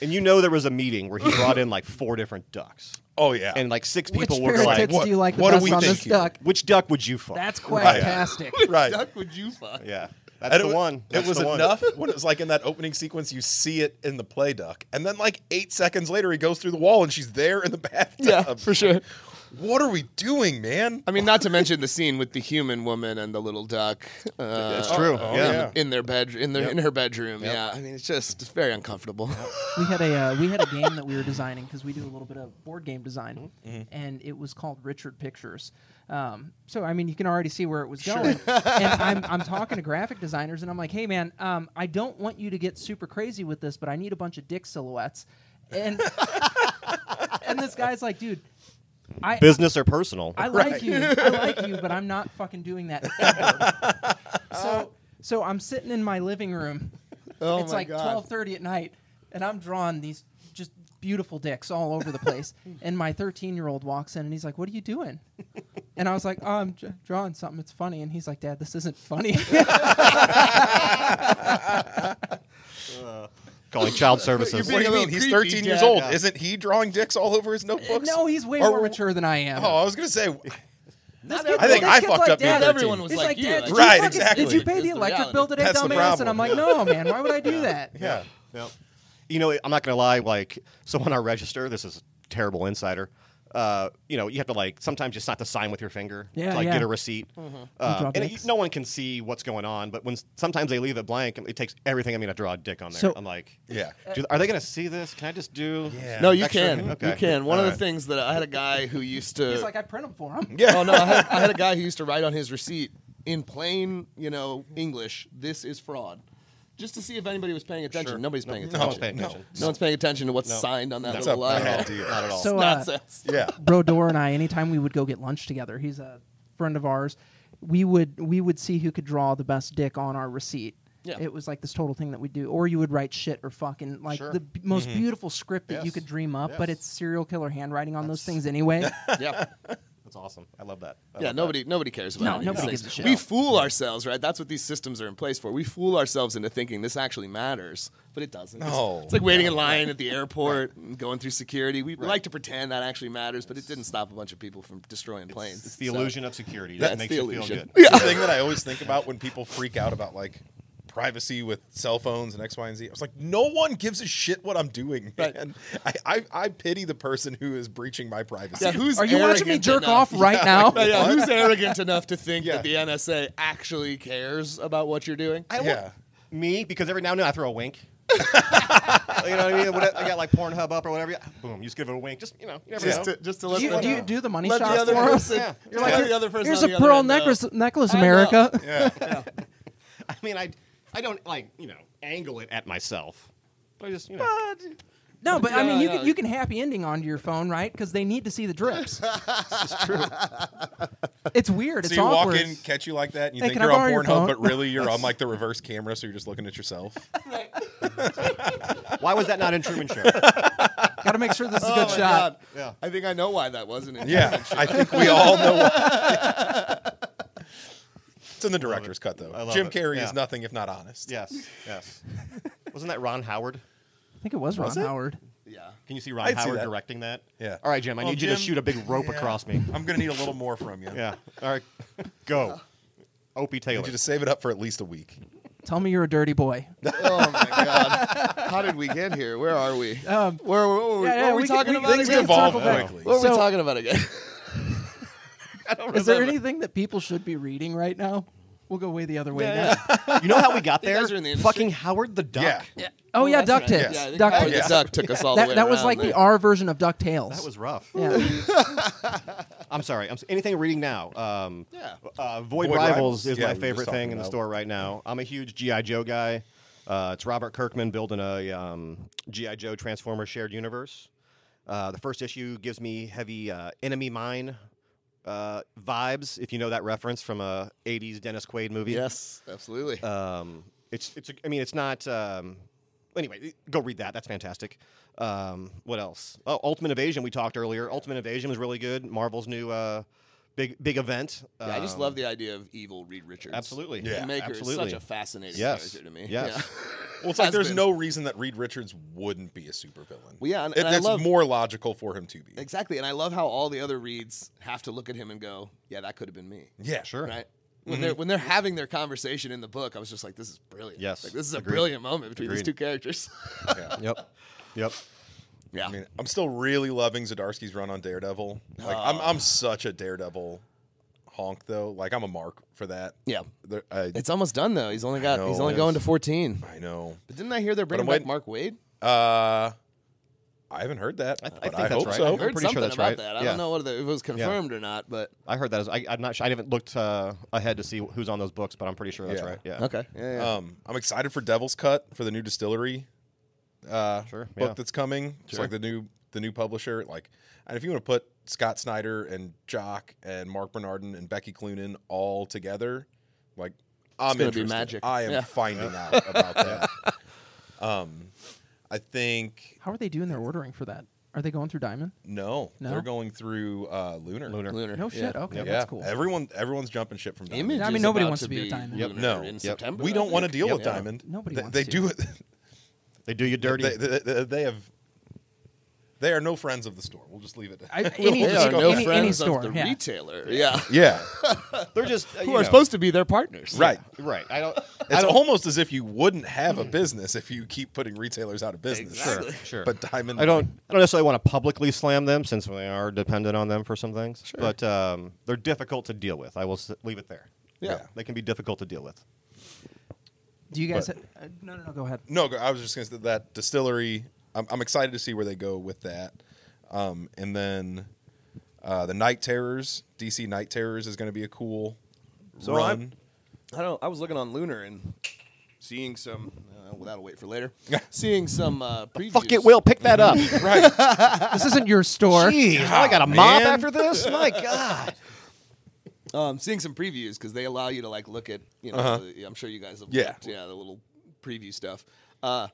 [SPEAKER 7] and you know there was a meeting where he brought in like four different ducks,
[SPEAKER 6] Oh yeah.
[SPEAKER 7] and like six
[SPEAKER 3] Which
[SPEAKER 7] people
[SPEAKER 3] pair
[SPEAKER 7] were
[SPEAKER 3] of
[SPEAKER 7] like,
[SPEAKER 3] tits
[SPEAKER 6] what-
[SPEAKER 3] do you like the
[SPEAKER 6] what do
[SPEAKER 3] best
[SPEAKER 6] we
[SPEAKER 3] on
[SPEAKER 6] think
[SPEAKER 3] this
[SPEAKER 6] here?
[SPEAKER 3] duck?
[SPEAKER 7] "Which duck would you fuck?"
[SPEAKER 3] That's
[SPEAKER 6] Right.
[SPEAKER 3] quacktastic.
[SPEAKER 6] right.
[SPEAKER 4] Duck would you fuck?
[SPEAKER 7] yeah, that's
[SPEAKER 6] And
[SPEAKER 7] the
[SPEAKER 6] it, wa-
[SPEAKER 7] one. That's
[SPEAKER 6] it was
[SPEAKER 7] the one.
[SPEAKER 6] enough when it was like in that opening sequence, you see it in the play duck, and then like eight seconds later, he goes through the wall, and she's there in the bathtub.
[SPEAKER 4] Yeah, for sure.
[SPEAKER 6] What are we doing, man?
[SPEAKER 4] I mean, not to mention the scene with the human woman and the little duck. Uh,
[SPEAKER 7] It's true.
[SPEAKER 6] oh,
[SPEAKER 7] yeah.
[SPEAKER 6] yeah.
[SPEAKER 4] in their bed in their in her bedroom. Yeah, I mean it's just very uncomfortable.
[SPEAKER 3] we had a uh, we had a game that we were designing because we do a little bit of board game design,
[SPEAKER 6] Mm-hmm.
[SPEAKER 3] and it was called Richard Pictures. Um, so I mean, you can already see where it was going. and I'm I'm talking to graphic designers, and I'm like, hey man, um, I don't want you to get super crazy with this, but I need a bunch of dick silhouettes. And and this guy's like, dude, I
[SPEAKER 7] Business or personal?
[SPEAKER 3] I like you. I like you, but I'm not fucking doing that. Ever. so so I'm sitting in my living room.
[SPEAKER 4] Oh
[SPEAKER 3] it's
[SPEAKER 4] my
[SPEAKER 3] like
[SPEAKER 4] God.
[SPEAKER 3] 12:30 at night and I'm drawing these just beautiful dicks all over the place. and my 13-year-old walks in and he's like, "What are you doing?" And I was like, "Oh, I'm j- drawing something. It's funny." And he's like, "Dad, this isn't funny."
[SPEAKER 7] Calling child
[SPEAKER 6] You're
[SPEAKER 7] services.
[SPEAKER 6] being
[SPEAKER 4] What do you
[SPEAKER 6] mean?
[SPEAKER 4] mean,
[SPEAKER 6] He's
[SPEAKER 4] creepy
[SPEAKER 6] 13
[SPEAKER 4] dad
[SPEAKER 6] years old.
[SPEAKER 4] now?
[SPEAKER 6] Isn't he drawing dicks all over his notebooks?
[SPEAKER 3] no, he's way
[SPEAKER 6] Or-
[SPEAKER 3] more mature than I am.
[SPEAKER 6] Oh, I was gonna say.
[SPEAKER 3] This
[SPEAKER 4] Not
[SPEAKER 3] kid-
[SPEAKER 4] everyone- I think
[SPEAKER 3] this
[SPEAKER 6] I
[SPEAKER 3] kid's
[SPEAKER 6] fucked
[SPEAKER 3] like,
[SPEAKER 6] up being
[SPEAKER 3] "Dad,
[SPEAKER 6] 13.
[SPEAKER 4] Everyone was
[SPEAKER 3] He's
[SPEAKER 4] like
[SPEAKER 3] like,
[SPEAKER 4] you,
[SPEAKER 3] Dad,
[SPEAKER 4] like
[SPEAKER 3] did you
[SPEAKER 6] Right,
[SPEAKER 3] fucking- Did
[SPEAKER 6] exactly.
[SPEAKER 3] you pay
[SPEAKER 4] It's
[SPEAKER 3] the
[SPEAKER 4] the
[SPEAKER 3] electric
[SPEAKER 4] reality.
[SPEAKER 3] bill today,
[SPEAKER 6] That's the
[SPEAKER 3] dumbass? And I'm
[SPEAKER 6] problem.
[SPEAKER 3] like, no, man. Why would I do that?
[SPEAKER 6] Yeah.
[SPEAKER 7] Yeah. You know, I'm not gonna lie. Like, so on our register, this is terrible insider. Uh, you know, you have to like sometimes just not to sign with your finger.
[SPEAKER 3] Yeah,
[SPEAKER 7] to, like
[SPEAKER 3] yeah.
[SPEAKER 7] get a receipt. Uh,
[SPEAKER 3] Draw
[SPEAKER 7] and it-
[SPEAKER 3] dicks.
[SPEAKER 7] no one can see what's going on, but when s- sometimes they leave it blank, it takes everything. I mean, to draw a dick on there.
[SPEAKER 3] So-
[SPEAKER 7] I'm like,
[SPEAKER 6] Yeah.
[SPEAKER 7] do, are they gonna see this? Can I just do?
[SPEAKER 6] Yeah.
[SPEAKER 4] No, you
[SPEAKER 7] Extra-
[SPEAKER 4] can. You
[SPEAKER 7] okay.
[SPEAKER 4] can. One of the
[SPEAKER 7] Alright.
[SPEAKER 4] things that I had a guy who used to.
[SPEAKER 3] He's like, I print them for him.
[SPEAKER 6] Yeah.
[SPEAKER 4] Oh no, I had, I had a guy who used to write on his receipt in plain, you know, English. This is fraud, just to see if anybody was paying attention.
[SPEAKER 7] Sure.
[SPEAKER 4] Nobody's
[SPEAKER 7] No-
[SPEAKER 4] paying
[SPEAKER 7] No one's
[SPEAKER 4] attention.
[SPEAKER 7] paying
[SPEAKER 6] No.
[SPEAKER 7] attention.
[SPEAKER 4] No one's paying attention to what's
[SPEAKER 7] No.
[SPEAKER 4] signed on that
[SPEAKER 6] That's a
[SPEAKER 4] little line.
[SPEAKER 6] bad
[SPEAKER 4] at all.
[SPEAKER 6] deal.
[SPEAKER 7] Not at all.
[SPEAKER 3] So, uh,
[SPEAKER 4] Nonsense.
[SPEAKER 6] Yeah.
[SPEAKER 3] Brodor and I, anytime we would go get lunch together, he's a friend of ours. We would we would see who could draw the best dick on our receipt.
[SPEAKER 4] Yeah.
[SPEAKER 3] It was like this total thing that we do, or you would write shit or fucking like
[SPEAKER 7] Sure.
[SPEAKER 3] the b- most beautiful script that you
[SPEAKER 7] Yes.
[SPEAKER 3] could dream up, but
[SPEAKER 7] Yes.
[SPEAKER 3] it's serial killer handwriting on those things anyway.
[SPEAKER 4] Yeah.
[SPEAKER 7] That's awesome. I love that. I
[SPEAKER 4] Yeah,
[SPEAKER 7] love
[SPEAKER 4] nobody nobody cares about
[SPEAKER 3] No,
[SPEAKER 4] any of
[SPEAKER 3] nobody gives
[SPEAKER 4] these
[SPEAKER 3] a
[SPEAKER 4] things.
[SPEAKER 3] shit.
[SPEAKER 4] We fool ourselves, right? That's what these systems are in place for. We fool ourselves into thinking this actually matters, but it doesn't. It's-
[SPEAKER 6] No.
[SPEAKER 4] It's, like waiting in line at the airport and going through security. We like to pretend that actually matters, but it didn't stop a bunch of people from destroying
[SPEAKER 7] That.
[SPEAKER 4] planes.
[SPEAKER 7] It's the
[SPEAKER 4] So-
[SPEAKER 7] illusion of security.
[SPEAKER 4] That's
[SPEAKER 7] That makes
[SPEAKER 4] the
[SPEAKER 7] you
[SPEAKER 4] illusion.
[SPEAKER 7] feel good.
[SPEAKER 6] It's the thing that I always think about when people freak out about like privacy with cell phones and X, Y, and Z. I was like, no one gives a shit what I'm doing,
[SPEAKER 4] Right.
[SPEAKER 6] man. I, I, I pity the person who is breaching my privacy.
[SPEAKER 4] Yeah, who's
[SPEAKER 3] Are you watching me
[SPEAKER 4] arrogant
[SPEAKER 3] jerk
[SPEAKER 4] enough-
[SPEAKER 3] off right now?
[SPEAKER 4] Yeah, yeah, who's arrogant enough to think
[SPEAKER 6] Yeah.
[SPEAKER 4] that the NSA actually cares about what you're doing?
[SPEAKER 7] I
[SPEAKER 6] Yeah.
[SPEAKER 7] me because every now and then I throw a wink. you know what I mean? What- I got like Pornhub up or whatever. Boom, you just give it a wink. Just you know, you never
[SPEAKER 4] Just
[SPEAKER 7] know.
[SPEAKER 4] to, just to
[SPEAKER 3] do,
[SPEAKER 4] let
[SPEAKER 3] you,
[SPEAKER 4] them
[SPEAKER 3] do you
[SPEAKER 4] know.
[SPEAKER 3] do the money
[SPEAKER 4] Let the
[SPEAKER 3] shots
[SPEAKER 4] other
[SPEAKER 3] for us?
[SPEAKER 4] person-
[SPEAKER 7] Yeah.
[SPEAKER 4] let
[SPEAKER 7] Like,
[SPEAKER 4] the other person
[SPEAKER 3] Here's
[SPEAKER 4] on
[SPEAKER 3] a
[SPEAKER 4] the other
[SPEAKER 3] pearl
[SPEAKER 4] end Oh know.
[SPEAKER 3] necklace, necklace,
[SPEAKER 4] I know.
[SPEAKER 3] America.
[SPEAKER 6] yeah.
[SPEAKER 7] I mean, I I don't like you know angle it at myself, but I just you know.
[SPEAKER 3] No, but I
[SPEAKER 4] No,
[SPEAKER 3] mean, you
[SPEAKER 4] no.
[SPEAKER 3] can you can happy ending onto your phone, right? Because they need to see the drips. it's true. It's weird.
[SPEAKER 6] So
[SPEAKER 3] it's
[SPEAKER 6] you
[SPEAKER 3] awkward.
[SPEAKER 6] walk in, catch you like that, and you
[SPEAKER 3] Hey,
[SPEAKER 6] think
[SPEAKER 3] can I
[SPEAKER 6] you're on
[SPEAKER 3] borrow your
[SPEAKER 6] Pornhub,
[SPEAKER 3] phone?
[SPEAKER 6] but really you're on like the reverse camera, so you're just looking at yourself.
[SPEAKER 7] Why was that not in Truman Show?
[SPEAKER 3] Got to make sure this is a
[SPEAKER 4] Oh
[SPEAKER 3] good
[SPEAKER 4] my
[SPEAKER 3] shot.
[SPEAKER 4] God.
[SPEAKER 7] Yeah.
[SPEAKER 4] I think I know why that wasn't it.
[SPEAKER 6] Yeah, I think we all know. it's in the director's cut, though.
[SPEAKER 7] I love
[SPEAKER 6] Jim
[SPEAKER 7] it.
[SPEAKER 6] Carrey
[SPEAKER 7] Yeah.
[SPEAKER 6] is nothing if not honest.
[SPEAKER 7] yes, yes. Wasn't that Ron
[SPEAKER 3] I
[SPEAKER 7] Howard?
[SPEAKER 3] think it was Ron
[SPEAKER 6] Was it?
[SPEAKER 3] Howard.
[SPEAKER 4] Yeah.
[SPEAKER 7] Can you see Ron
[SPEAKER 6] I'd see
[SPEAKER 7] Howard
[SPEAKER 6] that.
[SPEAKER 7] directing that?
[SPEAKER 6] Yeah.
[SPEAKER 7] All right, Jim. I
[SPEAKER 4] Oh,
[SPEAKER 6] Well,
[SPEAKER 7] need you to
[SPEAKER 6] Jim-
[SPEAKER 7] shoot a big rope
[SPEAKER 6] Yeah.
[SPEAKER 7] across me.
[SPEAKER 6] I'm gonna need a little more from you.
[SPEAKER 7] Yeah. All right. Go.
[SPEAKER 4] Oh.
[SPEAKER 7] Opie
[SPEAKER 6] I
[SPEAKER 7] Taylor.
[SPEAKER 6] need you to save it up for at least a week.
[SPEAKER 3] Tell me you're a dirty boy.
[SPEAKER 4] Oh my god! How did we get here? Where are we?
[SPEAKER 3] Um,
[SPEAKER 4] Where, where, where-
[SPEAKER 3] yeah,
[SPEAKER 4] what
[SPEAKER 3] yeah,
[SPEAKER 4] were we,
[SPEAKER 3] we can-
[SPEAKER 4] talking
[SPEAKER 3] we-
[SPEAKER 4] about?
[SPEAKER 3] we
[SPEAKER 4] again?
[SPEAKER 3] can circle
[SPEAKER 6] Evolve
[SPEAKER 3] back.
[SPEAKER 6] quickly.
[SPEAKER 4] What were we
[SPEAKER 3] So-
[SPEAKER 4] talking about again?
[SPEAKER 3] Is there anything that people should be reading right now? We'll go way the other way now.
[SPEAKER 7] you know how we got
[SPEAKER 4] You
[SPEAKER 7] there?
[SPEAKER 4] guys are in the industry.
[SPEAKER 7] Fucking Howard the Duck.
[SPEAKER 6] Yeah.
[SPEAKER 3] Oh, yeah,
[SPEAKER 4] that's right.
[SPEAKER 3] duck tips.
[SPEAKER 4] Yeah, I think
[SPEAKER 3] Duck
[SPEAKER 4] Howard the
[SPEAKER 3] tips.
[SPEAKER 4] Duck took us all the
[SPEAKER 3] That,
[SPEAKER 4] way
[SPEAKER 3] that was
[SPEAKER 4] around
[SPEAKER 3] like
[SPEAKER 4] there.
[SPEAKER 3] the R version of DuckTales.
[SPEAKER 7] That was rough.
[SPEAKER 3] Yeah.
[SPEAKER 7] I'm sorry. I'm s- anything reading now. Um,
[SPEAKER 4] Yeah.
[SPEAKER 7] uh, Void,
[SPEAKER 6] Void
[SPEAKER 7] Rivals,
[SPEAKER 6] Rivals.
[SPEAKER 7] is
[SPEAKER 6] Yeah, we
[SPEAKER 7] my
[SPEAKER 6] were
[SPEAKER 7] favorite
[SPEAKER 6] just
[SPEAKER 7] thing
[SPEAKER 6] talking
[SPEAKER 7] in the
[SPEAKER 6] about.
[SPEAKER 7] store right now. I'm a huge GI Joe guy. Uh, it's Robert Kirkman building a um, GI Joe Transformer shared universe. Uh, the first issue gives me heavy uh, enemy mine uh, vibes. If you know that reference from a '80s Dennis Quaid movie.
[SPEAKER 4] Yes, absolutely.
[SPEAKER 7] Um, it's it's. I mean, it's not. Um, anyway, go read that. That's fantastic. Um, what else? Oh, Ultimate Evasion. We talked earlier. Ultimate Evasion was really good. Marvel's new uh, big big event.
[SPEAKER 4] Yeah, I just love the idea of evil Reed Richards.
[SPEAKER 7] Um, Absolutely.
[SPEAKER 4] The
[SPEAKER 6] Yeah,
[SPEAKER 4] maker
[SPEAKER 7] absolutely.
[SPEAKER 4] is such a fascinating
[SPEAKER 7] Yes.
[SPEAKER 4] character to me.
[SPEAKER 7] Yes.
[SPEAKER 6] Well, it's like
[SPEAKER 4] Has
[SPEAKER 6] there's
[SPEAKER 4] been.
[SPEAKER 6] no reason that Reed Richards wouldn't be a supervillain.
[SPEAKER 4] Well, yeah, and-
[SPEAKER 6] It-
[SPEAKER 4] and I
[SPEAKER 6] that's
[SPEAKER 4] love-
[SPEAKER 6] more logical for him to be.
[SPEAKER 4] Yeah. Exactly. And I love how all the other Reeds have to look at him and go, yeah, that could have been me.
[SPEAKER 6] Yeah,
[SPEAKER 7] Sure.
[SPEAKER 4] Right? When
[SPEAKER 7] Mm-hmm.
[SPEAKER 4] they're when they're having their conversation in the book, I was just like, "This is brilliant."
[SPEAKER 7] Yes.
[SPEAKER 4] like, this is a
[SPEAKER 7] Agreed.
[SPEAKER 4] brilliant moment between these
[SPEAKER 7] Agreed.
[SPEAKER 4] two characters.
[SPEAKER 6] Yeah.
[SPEAKER 7] Yep. Yep.
[SPEAKER 4] yeah,
[SPEAKER 6] I mean, I'm still really loving Zdarsky's run on Daredevil. Like, I'm
[SPEAKER 4] Ah.
[SPEAKER 6] I'm such a Daredevil honk though. Like, I'm a mark for that.
[SPEAKER 4] yeah.
[SPEAKER 6] There- I,
[SPEAKER 4] It's almost done though. He's only got he's
[SPEAKER 6] know,
[SPEAKER 4] only
[SPEAKER 6] yes.
[SPEAKER 4] going to fourteen.
[SPEAKER 6] I know.
[SPEAKER 4] But didn't I hear they're bringing
[SPEAKER 6] I'm
[SPEAKER 4] back
[SPEAKER 6] waiting-
[SPEAKER 4] Mark Wade?
[SPEAKER 6] Uh, I haven't heard that.
[SPEAKER 7] I th- I
[SPEAKER 6] but
[SPEAKER 7] think that's
[SPEAKER 6] hope
[SPEAKER 7] right.
[SPEAKER 6] so.
[SPEAKER 7] I'm
[SPEAKER 4] heard
[SPEAKER 7] pretty sure
[SPEAKER 4] something
[SPEAKER 7] that's
[SPEAKER 4] about
[SPEAKER 7] right.
[SPEAKER 4] that. I
[SPEAKER 7] Yeah.
[SPEAKER 4] don't know whether if it was confirmed or not, but
[SPEAKER 7] I heard that. As, I, I'm not. Sure, I haven't looked uh, ahead to see who's on those books, but I'm pretty sure that's
[SPEAKER 6] Yeah.
[SPEAKER 7] right. Yeah.
[SPEAKER 4] okay. Yeah, yeah.
[SPEAKER 6] Um, I'm excited for Devil's Cut for the new distillery uh,
[SPEAKER 7] Sure,
[SPEAKER 6] book
[SPEAKER 7] yeah.
[SPEAKER 6] that's coming. It's
[SPEAKER 7] Sure.
[SPEAKER 6] like the new the new publisher. Like, and if you want to put Scott Snyder and Jock and Mark Bernardin and Becky Cloonan all together, like I'm
[SPEAKER 4] gonna be
[SPEAKER 6] interested.
[SPEAKER 4] magic.
[SPEAKER 6] I am
[SPEAKER 4] Yeah.
[SPEAKER 6] finding out about that. um, I think
[SPEAKER 3] How are they doing their ordering for that? Are they going through Diamond?
[SPEAKER 6] no,
[SPEAKER 3] No?
[SPEAKER 6] they're going through uh, Lunar.
[SPEAKER 7] Lunar.
[SPEAKER 4] Lunar.
[SPEAKER 3] No shit.
[SPEAKER 4] Yeah.
[SPEAKER 3] Okay,
[SPEAKER 6] Yeah,
[SPEAKER 3] that's cool.
[SPEAKER 6] everyone everyone's jumping ship from Diamond.
[SPEAKER 4] Image.
[SPEAKER 3] I mean,
[SPEAKER 4] is
[SPEAKER 3] nobody
[SPEAKER 4] about
[SPEAKER 3] wants to be a diamond.
[SPEAKER 4] Lunar
[SPEAKER 7] Yep.
[SPEAKER 6] No.
[SPEAKER 4] in
[SPEAKER 6] Yep.
[SPEAKER 4] September.
[SPEAKER 6] We
[SPEAKER 4] I
[SPEAKER 6] don't want to
[SPEAKER 4] think.
[SPEAKER 6] deal with
[SPEAKER 4] Yeah.
[SPEAKER 6] Diamond.
[SPEAKER 3] Nobody
[SPEAKER 6] They-
[SPEAKER 3] wants
[SPEAKER 6] They
[SPEAKER 3] to.
[SPEAKER 6] do it.
[SPEAKER 7] They do you dirty.
[SPEAKER 6] They, they, they, they have. They are no friends of the store. We'll just leave it.
[SPEAKER 3] I-
[SPEAKER 6] We'll
[SPEAKER 3] any-
[SPEAKER 4] They
[SPEAKER 6] just
[SPEAKER 4] are
[SPEAKER 6] go-
[SPEAKER 4] no
[SPEAKER 3] any
[SPEAKER 4] friends
[SPEAKER 3] store,
[SPEAKER 4] of the
[SPEAKER 3] yeah.
[SPEAKER 4] retailer. Yeah.
[SPEAKER 6] yeah,
[SPEAKER 7] They're just uh,
[SPEAKER 4] Who
[SPEAKER 7] you
[SPEAKER 4] are
[SPEAKER 7] know.
[SPEAKER 4] supposed to be their partners.
[SPEAKER 6] right.
[SPEAKER 7] Right. I don't. I
[SPEAKER 6] It's
[SPEAKER 7] don't
[SPEAKER 6] almost as if you wouldn't have a business if you keep putting retailers out of business.
[SPEAKER 4] Exactly.
[SPEAKER 7] Sure, sure.
[SPEAKER 6] But Diamond,
[SPEAKER 7] I don't. I don't necessarily want to publicly slam them since we are dependent on them for some things. But um, they're difficult to deal with. I will s- leave it there.
[SPEAKER 6] Yeah.
[SPEAKER 7] they can be difficult to deal with.
[SPEAKER 3] Do you guys?
[SPEAKER 6] But-
[SPEAKER 3] ha- uh, no, no, no. Go ahead.
[SPEAKER 6] No, I was just going to say that distillery. I'm, I'm excited to see where they go with that. Um, and then uh, the Night Terrors, DC Night Terrors is going to be a cool
[SPEAKER 4] So
[SPEAKER 6] run.
[SPEAKER 4] I'm- I don't. I was looking on Lunar and seeing some. Uh, well, that'll wait for later. seeing some uh, previews.
[SPEAKER 7] Fuck it, Will. Pick that up.
[SPEAKER 6] right.
[SPEAKER 3] This isn't your store.
[SPEAKER 7] Jeez, I got a
[SPEAKER 6] man.
[SPEAKER 7] mob after this. My God.
[SPEAKER 4] Um, seeing some previews because they allow you to like look at. You know, the- I'm sure you guys
[SPEAKER 6] Uh-huh.
[SPEAKER 4] have.
[SPEAKER 6] Yeah.
[SPEAKER 4] looked, yeah, the little preview stuff. Uh,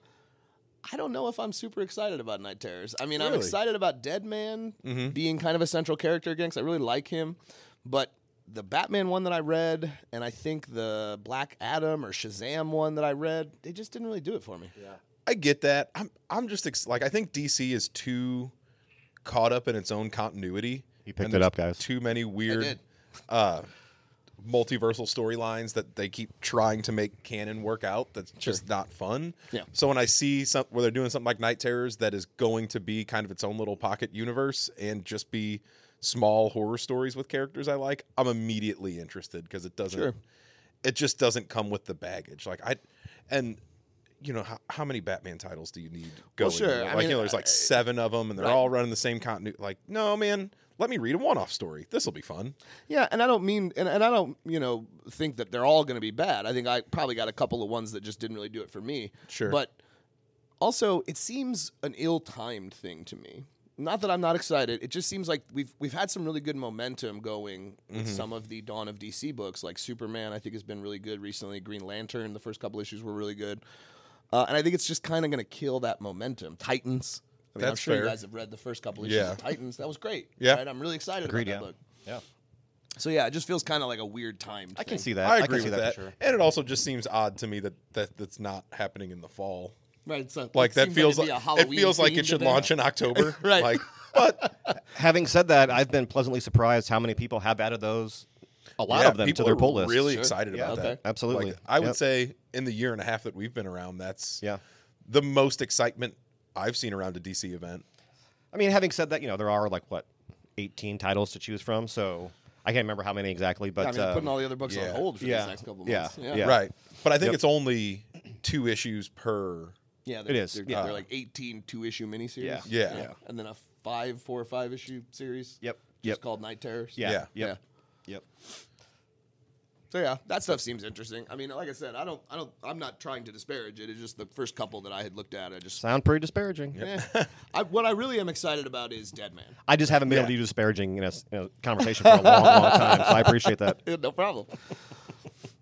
[SPEAKER 4] I don't know if I'm super excited about Night Terrors. I mean, I'm
[SPEAKER 6] Really? Mm-hmm.
[SPEAKER 4] excited about Dead Man being kind of a central character again because I really like him. But the Batman one that I read, and I think the Black Adam or Shazam one that I read, they just didn't really do it for me. Yeah.
[SPEAKER 6] I get that. I'm I'm just ex- like I think DC is too caught up in its own continuity.
[SPEAKER 7] You picked
[SPEAKER 6] And
[SPEAKER 7] it
[SPEAKER 6] there's
[SPEAKER 7] up, guys.
[SPEAKER 6] Too many
[SPEAKER 4] did.
[SPEAKER 6] weird uh multiversal storylines that they keep trying to make canon work out that's just not fun.
[SPEAKER 4] Yeah.
[SPEAKER 6] So when I see some where they're doing something like Night Terrors that is going to be kind of its own little pocket universe and just be small horror stories with characters I like, I'm immediately interested because it doesn't
[SPEAKER 4] Sure.
[SPEAKER 6] it just doesn't come with the baggage. Like I, and you know how, how many Batman titles do you need? Going
[SPEAKER 4] sure,
[SPEAKER 6] there?
[SPEAKER 4] I
[SPEAKER 6] Like
[SPEAKER 4] mean,
[SPEAKER 6] you know, there's
[SPEAKER 4] I-
[SPEAKER 7] uh,
[SPEAKER 6] like seven of them, and they're
[SPEAKER 4] Right.
[SPEAKER 6] all running the same continuity. Like no, man, let me read a one-off story. This will be fun.
[SPEAKER 4] Yeah, and I don't mean, and, and I don't, you know, think that they're all going to be bad. I think I probably got a couple of ones that just didn't really do it for me.
[SPEAKER 6] Sure.
[SPEAKER 4] But also, it seems an ill-timed thing to me. Not that I'm not excited. It just seems like we've we've had some really good momentum going with
[SPEAKER 6] Mm-hmm.
[SPEAKER 4] some of the Dawn of DC books, like Superman. I think has been really good recently. Green Lantern, the first couple issues were really good, uh, and I think it's just kind of going to kill that momentum. Titans. I mean, I'm
[SPEAKER 6] That's
[SPEAKER 4] sure you
[SPEAKER 6] fair.
[SPEAKER 4] guys have read the first couple issues
[SPEAKER 6] Yeah.
[SPEAKER 4] of Titans. That was great.
[SPEAKER 6] Yeah.
[SPEAKER 4] right? I'm really excited
[SPEAKER 7] Agreed,
[SPEAKER 4] about that
[SPEAKER 7] yeah.
[SPEAKER 4] book.
[SPEAKER 7] Yeah.
[SPEAKER 4] So yeah, it just feels kind of like a weird time.
[SPEAKER 7] I can see that.
[SPEAKER 6] I
[SPEAKER 7] can
[SPEAKER 6] agree
[SPEAKER 7] see
[SPEAKER 6] with
[SPEAKER 7] for
[SPEAKER 6] that,
[SPEAKER 7] sure.
[SPEAKER 6] and it also just seems odd to me that, that that's not happening in the fall.
[SPEAKER 4] Right, so
[SPEAKER 6] Like
[SPEAKER 4] it
[SPEAKER 6] that
[SPEAKER 4] seems
[SPEAKER 6] feels like,
[SPEAKER 4] it'd be a
[SPEAKER 6] it
[SPEAKER 4] Halloween
[SPEAKER 6] feels like
[SPEAKER 4] themed
[SPEAKER 6] it should
[SPEAKER 4] event.
[SPEAKER 6] launch in October.
[SPEAKER 4] Right.
[SPEAKER 6] Like, but
[SPEAKER 7] Having said that, I've been pleasantly surprised how many people have added those a lot
[SPEAKER 6] Yeah,
[SPEAKER 7] of them to
[SPEAKER 6] people
[SPEAKER 7] their
[SPEAKER 6] are
[SPEAKER 7] pull list.
[SPEAKER 6] Really excited
[SPEAKER 7] Yeah,
[SPEAKER 6] about
[SPEAKER 4] okay.
[SPEAKER 6] that.
[SPEAKER 7] Absolutely.
[SPEAKER 6] Like, I would
[SPEAKER 7] Yep.
[SPEAKER 6] say in the year and a half that we've been around, that's
[SPEAKER 7] Yeah.
[SPEAKER 6] the most excitement I've seen around a DC event.
[SPEAKER 7] I mean, having said that, you know there are like what, eighteen titles to choose from. So I can't remember how many exactly, but
[SPEAKER 4] I mean, they're putting
[SPEAKER 7] um,
[SPEAKER 4] all the other books
[SPEAKER 6] yeah.
[SPEAKER 4] on hold for
[SPEAKER 7] Yeah.
[SPEAKER 4] these next couple
[SPEAKER 7] Yeah.
[SPEAKER 4] months.
[SPEAKER 7] Yeah.
[SPEAKER 6] Right. But I think
[SPEAKER 7] Yep.
[SPEAKER 6] it's only two issues per.
[SPEAKER 4] Yeah,
[SPEAKER 7] It is.
[SPEAKER 4] They're,
[SPEAKER 7] Yeah.
[SPEAKER 4] they're like 18 two issue miniseries.
[SPEAKER 7] Yeah.
[SPEAKER 6] uh, Yeah.
[SPEAKER 4] And then a five, four or five issue series.
[SPEAKER 7] Yep.
[SPEAKER 4] Just
[SPEAKER 7] Yep.
[SPEAKER 4] called Night Terrors.
[SPEAKER 7] yeah,
[SPEAKER 6] Yeah.
[SPEAKER 7] yep, yep.
[SPEAKER 4] So yeah, that stuff seems interesting. I mean, like I said, I don't, I don't, I'm not trying to disparage it. It's just the first couple that I had looked at. I just,
[SPEAKER 7] Sound pretty disparaging.
[SPEAKER 4] eh. I, what I really am excited about is Dead Man.
[SPEAKER 7] I just haven't been able to do disparaging in a, s- in a conversation for a long, long time. So I appreciate that.
[SPEAKER 4] no problem.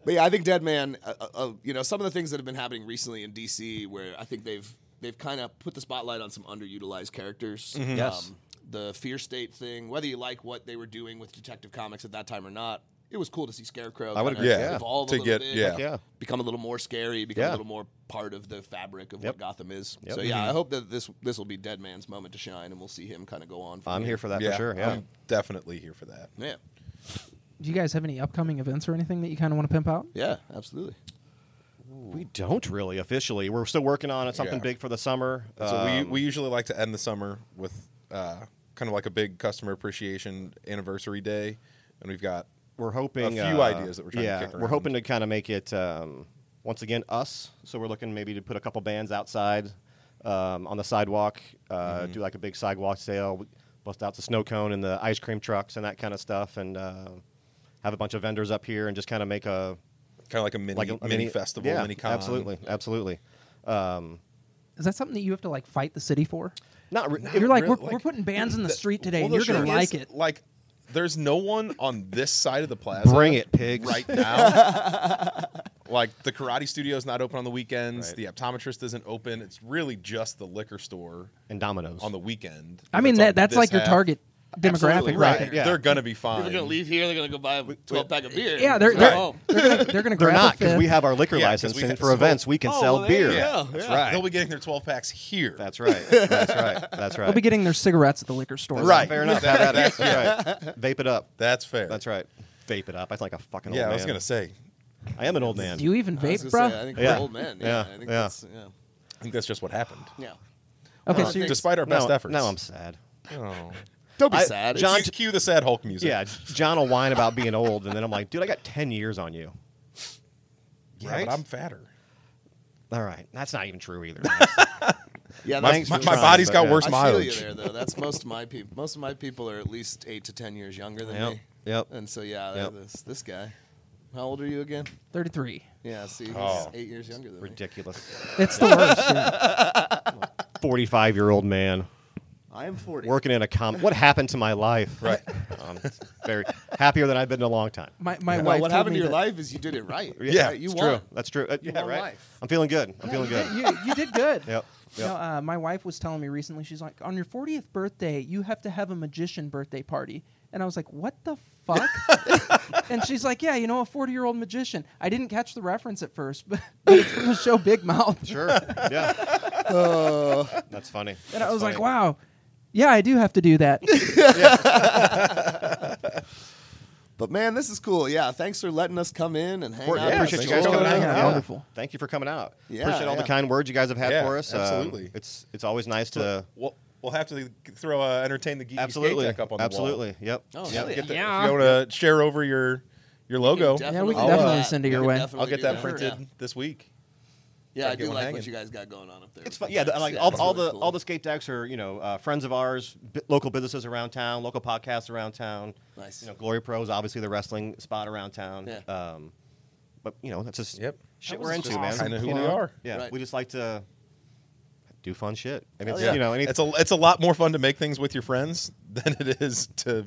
[SPEAKER 4] But yeah, I think Dead Man. Uh, uh, uh, you know, some of the things that have been happening recently in DC, where I think they've they've kind of put the spotlight on some underutilized characters.
[SPEAKER 7] Mm-hmm.
[SPEAKER 4] Um,
[SPEAKER 7] Yes.
[SPEAKER 4] the Fear State thing, whether you like what they were doing with Detective Comics at that time or not, it was cool to see Scarecrow.
[SPEAKER 7] I would
[SPEAKER 4] kinda
[SPEAKER 6] agree, yeah.
[SPEAKER 4] evolve a
[SPEAKER 6] To
[SPEAKER 4] little
[SPEAKER 6] get-
[SPEAKER 4] bit,
[SPEAKER 6] yeah.
[SPEAKER 7] Heck yeah.
[SPEAKER 4] become a little more scary, become
[SPEAKER 7] Yeah.
[SPEAKER 4] a little more part of the fabric of
[SPEAKER 7] Yep.
[SPEAKER 4] what Gotham is.
[SPEAKER 7] Yep.
[SPEAKER 4] So yeah, I hope that this this will be Dead Man's moment to shine, and we'll see him kind of go on. From
[SPEAKER 7] I'm here for that
[SPEAKER 6] yeah. Um,
[SPEAKER 7] for sure. Yeah.
[SPEAKER 6] I'm definitely here for that.
[SPEAKER 4] Yeah,
[SPEAKER 3] Do you guys have any upcoming events or anything that you kind of want to pimp out?
[SPEAKER 4] yeah, absolutely.
[SPEAKER 7] we don't really officially. We're still working on something
[SPEAKER 6] Yeah.
[SPEAKER 7] big for the summer.
[SPEAKER 6] So we,
[SPEAKER 7] Um,
[SPEAKER 6] we usually like to end the summer with uh, kind of like a big customer appreciation anniversary day, and we've got
[SPEAKER 7] we're hoping
[SPEAKER 6] a few
[SPEAKER 7] uh,
[SPEAKER 6] ideas that we're trying to
[SPEAKER 7] yeah,
[SPEAKER 6] kick
[SPEAKER 7] We're
[SPEAKER 6] around.
[SPEAKER 7] hoping to kind of make it um, once again us. So we're looking maybe to put a couple bands outside um, on the sidewalk, uh,
[SPEAKER 6] Mm-hmm.
[SPEAKER 7] do like a big sidewalk sale, We bust out the snow cone and the ice cream trucks and that kind of stuff, and uh, have a bunch of vendors up here and just kind of make a
[SPEAKER 6] kind of like a mini
[SPEAKER 7] like a, a
[SPEAKER 6] mini, festival,
[SPEAKER 7] yeah,
[SPEAKER 6] mini con.
[SPEAKER 7] Absolutely, absolutely. Um,
[SPEAKER 3] Is that something that you have to like fight the city for?
[SPEAKER 7] not, re-
[SPEAKER 3] You're like,
[SPEAKER 6] really,
[SPEAKER 3] we're, we're
[SPEAKER 6] like,
[SPEAKER 3] putting bands in the street today,
[SPEAKER 6] Well,
[SPEAKER 3] and
[SPEAKER 6] the
[SPEAKER 3] you're gonna
[SPEAKER 6] thing
[SPEAKER 3] like
[SPEAKER 6] is,
[SPEAKER 3] it.
[SPEAKER 6] Like, there's no one on this side of the plaza.
[SPEAKER 7] Bring it, pigs.
[SPEAKER 6] Right now. like the karate studio's not open on the weekends.
[SPEAKER 7] Right.
[SPEAKER 6] The optometrist isn't open. It's really just the liquor store
[SPEAKER 7] and dominoes
[SPEAKER 6] on the weekend.
[SPEAKER 3] I mean, that
[SPEAKER 6] on
[SPEAKER 3] that's
[SPEAKER 6] this
[SPEAKER 3] like your
[SPEAKER 6] half.
[SPEAKER 3] target
[SPEAKER 4] Absolutely,
[SPEAKER 3] demographic, right?
[SPEAKER 7] right. Yeah.
[SPEAKER 6] They're gonna be fine.
[SPEAKER 4] People are gonna leave here. They're gonna go buy a twelve pack of beer.
[SPEAKER 3] Yeah, they're
[SPEAKER 4] Go
[SPEAKER 3] they're,
[SPEAKER 4] home.
[SPEAKER 3] they're gonna, they're gonna
[SPEAKER 7] They're
[SPEAKER 3] grab a
[SPEAKER 7] not because
[SPEAKER 3] fifth.
[SPEAKER 7] we have our liquor
[SPEAKER 6] Yeah, 'cause
[SPEAKER 7] license,
[SPEAKER 6] we
[SPEAKER 7] and
[SPEAKER 6] have-
[SPEAKER 7] for events we can
[SPEAKER 4] Oh,
[SPEAKER 7] sell
[SPEAKER 4] well, there
[SPEAKER 7] beer.
[SPEAKER 4] you go.
[SPEAKER 7] That's
[SPEAKER 4] Yeah.
[SPEAKER 7] right.
[SPEAKER 6] They'll be getting their 12 packs here.
[SPEAKER 7] That's right. That's right. That's right.
[SPEAKER 3] They'll be getting their cigarettes at the liquor store.
[SPEAKER 6] Right.
[SPEAKER 7] Fair enough. Have at it. That's right. Vape it up.
[SPEAKER 6] That's fair.
[SPEAKER 7] That's right. Vape it up. I sound like a fucking
[SPEAKER 6] Yeah,
[SPEAKER 7] old man.
[SPEAKER 6] I was gonna say.
[SPEAKER 7] I am an old man.
[SPEAKER 3] Do you even
[SPEAKER 4] I was
[SPEAKER 3] vape,
[SPEAKER 4] gonna
[SPEAKER 3] bro?
[SPEAKER 4] say, I think
[SPEAKER 7] Yeah.
[SPEAKER 4] we're old men. Yeah,
[SPEAKER 7] Yeah.
[SPEAKER 4] I think
[SPEAKER 7] Yeah.
[SPEAKER 4] that's yeah.
[SPEAKER 6] I think that's just what happened.
[SPEAKER 4] Yeah.
[SPEAKER 3] okay,
[SPEAKER 4] Uh,
[SPEAKER 3] so you're,
[SPEAKER 4] just-
[SPEAKER 6] Despite our best
[SPEAKER 7] now,
[SPEAKER 6] efforts.
[SPEAKER 7] Now I'm sad.
[SPEAKER 6] Oh.
[SPEAKER 4] Don't be
[SPEAKER 7] I-
[SPEAKER 4] sad.
[SPEAKER 7] John-
[SPEAKER 4] John,
[SPEAKER 6] Cue- cue the sad Hulk music.
[SPEAKER 7] Yeah, John will whine about being old, and then I'm like, dude, I got 10 years on you.
[SPEAKER 6] Yeah,
[SPEAKER 7] Right?
[SPEAKER 6] but I'm fatter.
[SPEAKER 7] All right. That's not even true either.
[SPEAKER 4] yeah,
[SPEAKER 6] My,
[SPEAKER 4] that's
[SPEAKER 6] my,
[SPEAKER 4] true.
[SPEAKER 6] my
[SPEAKER 7] trying,
[SPEAKER 6] body's
[SPEAKER 7] but
[SPEAKER 6] got
[SPEAKER 7] yeah.
[SPEAKER 6] worse
[SPEAKER 4] I feel you
[SPEAKER 6] mileage.
[SPEAKER 4] there, though. That's most of my people. Most of my people are at least eight to ten years younger than
[SPEAKER 7] Yep.
[SPEAKER 4] me.
[SPEAKER 7] Yep.
[SPEAKER 4] And so, yeah,
[SPEAKER 7] Yep.
[SPEAKER 4] this this guy. How old are you again?
[SPEAKER 3] 33.
[SPEAKER 4] Yeah, see, he's
[SPEAKER 6] Oh.
[SPEAKER 4] eight years younger than me.
[SPEAKER 7] Ridiculous.
[SPEAKER 3] It's the worst. yeah.
[SPEAKER 7] 45 year old man.
[SPEAKER 4] I am forty.
[SPEAKER 7] working in a com. What happened to my life?
[SPEAKER 6] Right.
[SPEAKER 7] Um, very happier than I've been in a long time.
[SPEAKER 3] My my
[SPEAKER 4] Well,
[SPEAKER 3] wife.
[SPEAKER 4] what
[SPEAKER 3] told
[SPEAKER 4] happened
[SPEAKER 3] me
[SPEAKER 4] to your
[SPEAKER 3] that-
[SPEAKER 4] life is you did it right.
[SPEAKER 6] Yeah,
[SPEAKER 4] you
[SPEAKER 7] it's
[SPEAKER 4] won.
[SPEAKER 7] true. That's true. Uh, yeah,
[SPEAKER 4] won
[SPEAKER 7] right.
[SPEAKER 4] life.
[SPEAKER 7] I'm feeling good. I'm feeling
[SPEAKER 3] You
[SPEAKER 7] good.
[SPEAKER 3] did, you, you did good.
[SPEAKER 7] Yep.
[SPEAKER 3] You
[SPEAKER 7] Yep.
[SPEAKER 3] know, uh, my wife was telling me recently. She's like, on your 40th birthday, you have to have a magician birthday party. And I was like, what the fuck? and she's like, yeah, you know, a 40 year old magician. I didn't catch the reference at first, but it's from the show Big Mouth.
[SPEAKER 7] Sure. Yeah. That's funny.
[SPEAKER 3] And I was like, wow, yeah, I do have to do that.
[SPEAKER 4] But man, this is cool. Yeah, thanks for letting us come in and hang
[SPEAKER 7] Course,
[SPEAKER 4] out.
[SPEAKER 7] yeah, appreciate
[SPEAKER 6] thanks
[SPEAKER 7] you guys
[SPEAKER 6] for
[SPEAKER 7] coming
[SPEAKER 6] coming
[SPEAKER 7] out.
[SPEAKER 6] out.
[SPEAKER 7] Yeah.
[SPEAKER 3] Wonderful.
[SPEAKER 7] Thank you for coming out.
[SPEAKER 4] Yeah,
[SPEAKER 7] Appreciate all the
[SPEAKER 4] yeah.
[SPEAKER 7] kind words you guys have had
[SPEAKER 6] Yeah,
[SPEAKER 7] for us. Um,
[SPEAKER 6] absolutely.
[SPEAKER 7] it's it's always nice to
[SPEAKER 6] We'll, we'll have to throw a entertain the geeky
[SPEAKER 7] absolutely
[SPEAKER 6] skate tech up on the
[SPEAKER 7] absolutely.
[SPEAKER 6] wall.
[SPEAKER 7] Yep.
[SPEAKER 4] Oh,
[SPEAKER 7] yep.
[SPEAKER 4] hell yeah.
[SPEAKER 6] Get the, If you want to share over your your logo,
[SPEAKER 3] Yeah, we can
[SPEAKER 4] do
[SPEAKER 3] definitely
[SPEAKER 4] that.
[SPEAKER 3] send it
[SPEAKER 4] We
[SPEAKER 3] your
[SPEAKER 4] can
[SPEAKER 3] way.
[SPEAKER 4] definitely
[SPEAKER 6] I'll get
[SPEAKER 4] do
[SPEAKER 6] that printed
[SPEAKER 4] Yeah,
[SPEAKER 6] this week.
[SPEAKER 4] Yeah,
[SPEAKER 6] Try
[SPEAKER 4] I
[SPEAKER 6] to get
[SPEAKER 4] do
[SPEAKER 6] one
[SPEAKER 4] like
[SPEAKER 6] hanging.
[SPEAKER 4] what you guys got going on up there.
[SPEAKER 7] It's fun. Yeah, the- like all, all the all the skate decks are you know uh, friends of ours, bi- local businesses around town, local podcasts around town.
[SPEAKER 4] Nice.
[SPEAKER 7] You know, Glory Pro is obviously the wrestling spot around town.
[SPEAKER 4] Yeah.
[SPEAKER 7] Um, but you know that's just
[SPEAKER 6] Yep.
[SPEAKER 7] shit
[SPEAKER 4] That
[SPEAKER 7] we're
[SPEAKER 4] was
[SPEAKER 7] into,
[SPEAKER 4] just
[SPEAKER 7] man.
[SPEAKER 6] Kind of who
[SPEAKER 3] Plug.
[SPEAKER 6] we are.
[SPEAKER 7] Yeah,
[SPEAKER 4] Right.
[SPEAKER 7] we just like to do fun shit. I mean,
[SPEAKER 4] Hell
[SPEAKER 7] it's,
[SPEAKER 4] yeah.
[SPEAKER 7] you know, any,
[SPEAKER 6] it's a it's a lot more fun to make things with your friends than it is to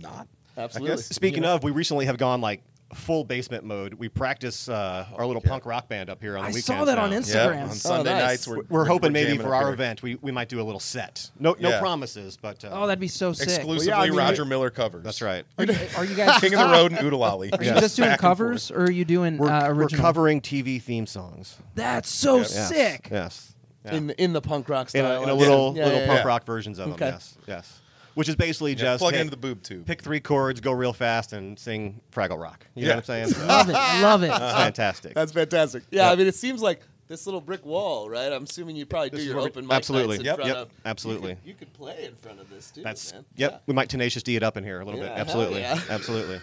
[SPEAKER 6] not.
[SPEAKER 4] Absolutely.
[SPEAKER 6] I guess.
[SPEAKER 7] Speaking of, we recently have gone like full basement mode. We practice uh, our little punk rock band up here on the
[SPEAKER 3] I
[SPEAKER 7] weekends.
[SPEAKER 3] saw that on
[SPEAKER 7] now.
[SPEAKER 3] Instagram.
[SPEAKER 6] yeah, on Sunday
[SPEAKER 4] nice.
[SPEAKER 6] nights we're,
[SPEAKER 7] We're, hoping maybe
[SPEAKER 6] jamming
[SPEAKER 7] for
[SPEAKER 6] up
[SPEAKER 7] our
[SPEAKER 6] here.
[SPEAKER 7] event we, we might do a little set. No no
[SPEAKER 6] Yeah.
[SPEAKER 7] promises, but uh,
[SPEAKER 3] Oh, that'd be so sick.
[SPEAKER 6] exclusively
[SPEAKER 4] Well, yeah, I mean,
[SPEAKER 6] Roger Miller covers.
[SPEAKER 7] that's right.
[SPEAKER 3] Are you, are you guys
[SPEAKER 6] King of the Road and Oodalali.
[SPEAKER 3] Are you just doing covers, or are you doing
[SPEAKER 7] We're,
[SPEAKER 3] uh,
[SPEAKER 7] we're
[SPEAKER 3] original?
[SPEAKER 7] covering TV theme songs.
[SPEAKER 3] That's so
[SPEAKER 7] Yes.
[SPEAKER 3] sick.
[SPEAKER 7] Yes. Yeah.
[SPEAKER 4] in in the punk rock
[SPEAKER 7] In
[SPEAKER 4] style.
[SPEAKER 7] a, in a
[SPEAKER 4] I
[SPEAKER 7] little
[SPEAKER 4] see. Yeah,
[SPEAKER 7] little
[SPEAKER 4] yeah,
[SPEAKER 7] punk
[SPEAKER 6] yeah.
[SPEAKER 7] rock versions of them.
[SPEAKER 4] Okay.
[SPEAKER 7] Yes. Yes. which is basically just
[SPEAKER 6] plug
[SPEAKER 7] hey,
[SPEAKER 6] into the boob tube.
[SPEAKER 7] pick three chords, go real fast, and sing Fraggle Rock. You
[SPEAKER 6] Yeah.
[SPEAKER 7] know what I'm saying?
[SPEAKER 3] love it, love it.
[SPEAKER 7] It's fantastic.
[SPEAKER 4] That's fantastic. Yeah, I mean, it seems like this little brick wall, right? I'm assuming you probably do
[SPEAKER 7] This is
[SPEAKER 4] your
[SPEAKER 7] where we-
[SPEAKER 4] open mic
[SPEAKER 7] absolutely.
[SPEAKER 4] nights in
[SPEAKER 7] Yep,
[SPEAKER 4] front
[SPEAKER 7] yep,
[SPEAKER 4] of.
[SPEAKER 7] absolutely.
[SPEAKER 4] You could, you could play in front of this too.
[SPEAKER 7] That's
[SPEAKER 4] man.
[SPEAKER 7] yep. We might tenacious D it up in here a little
[SPEAKER 4] Yeah,
[SPEAKER 7] bit.
[SPEAKER 4] hell
[SPEAKER 7] Absolutely,
[SPEAKER 4] yeah.
[SPEAKER 7] absolutely.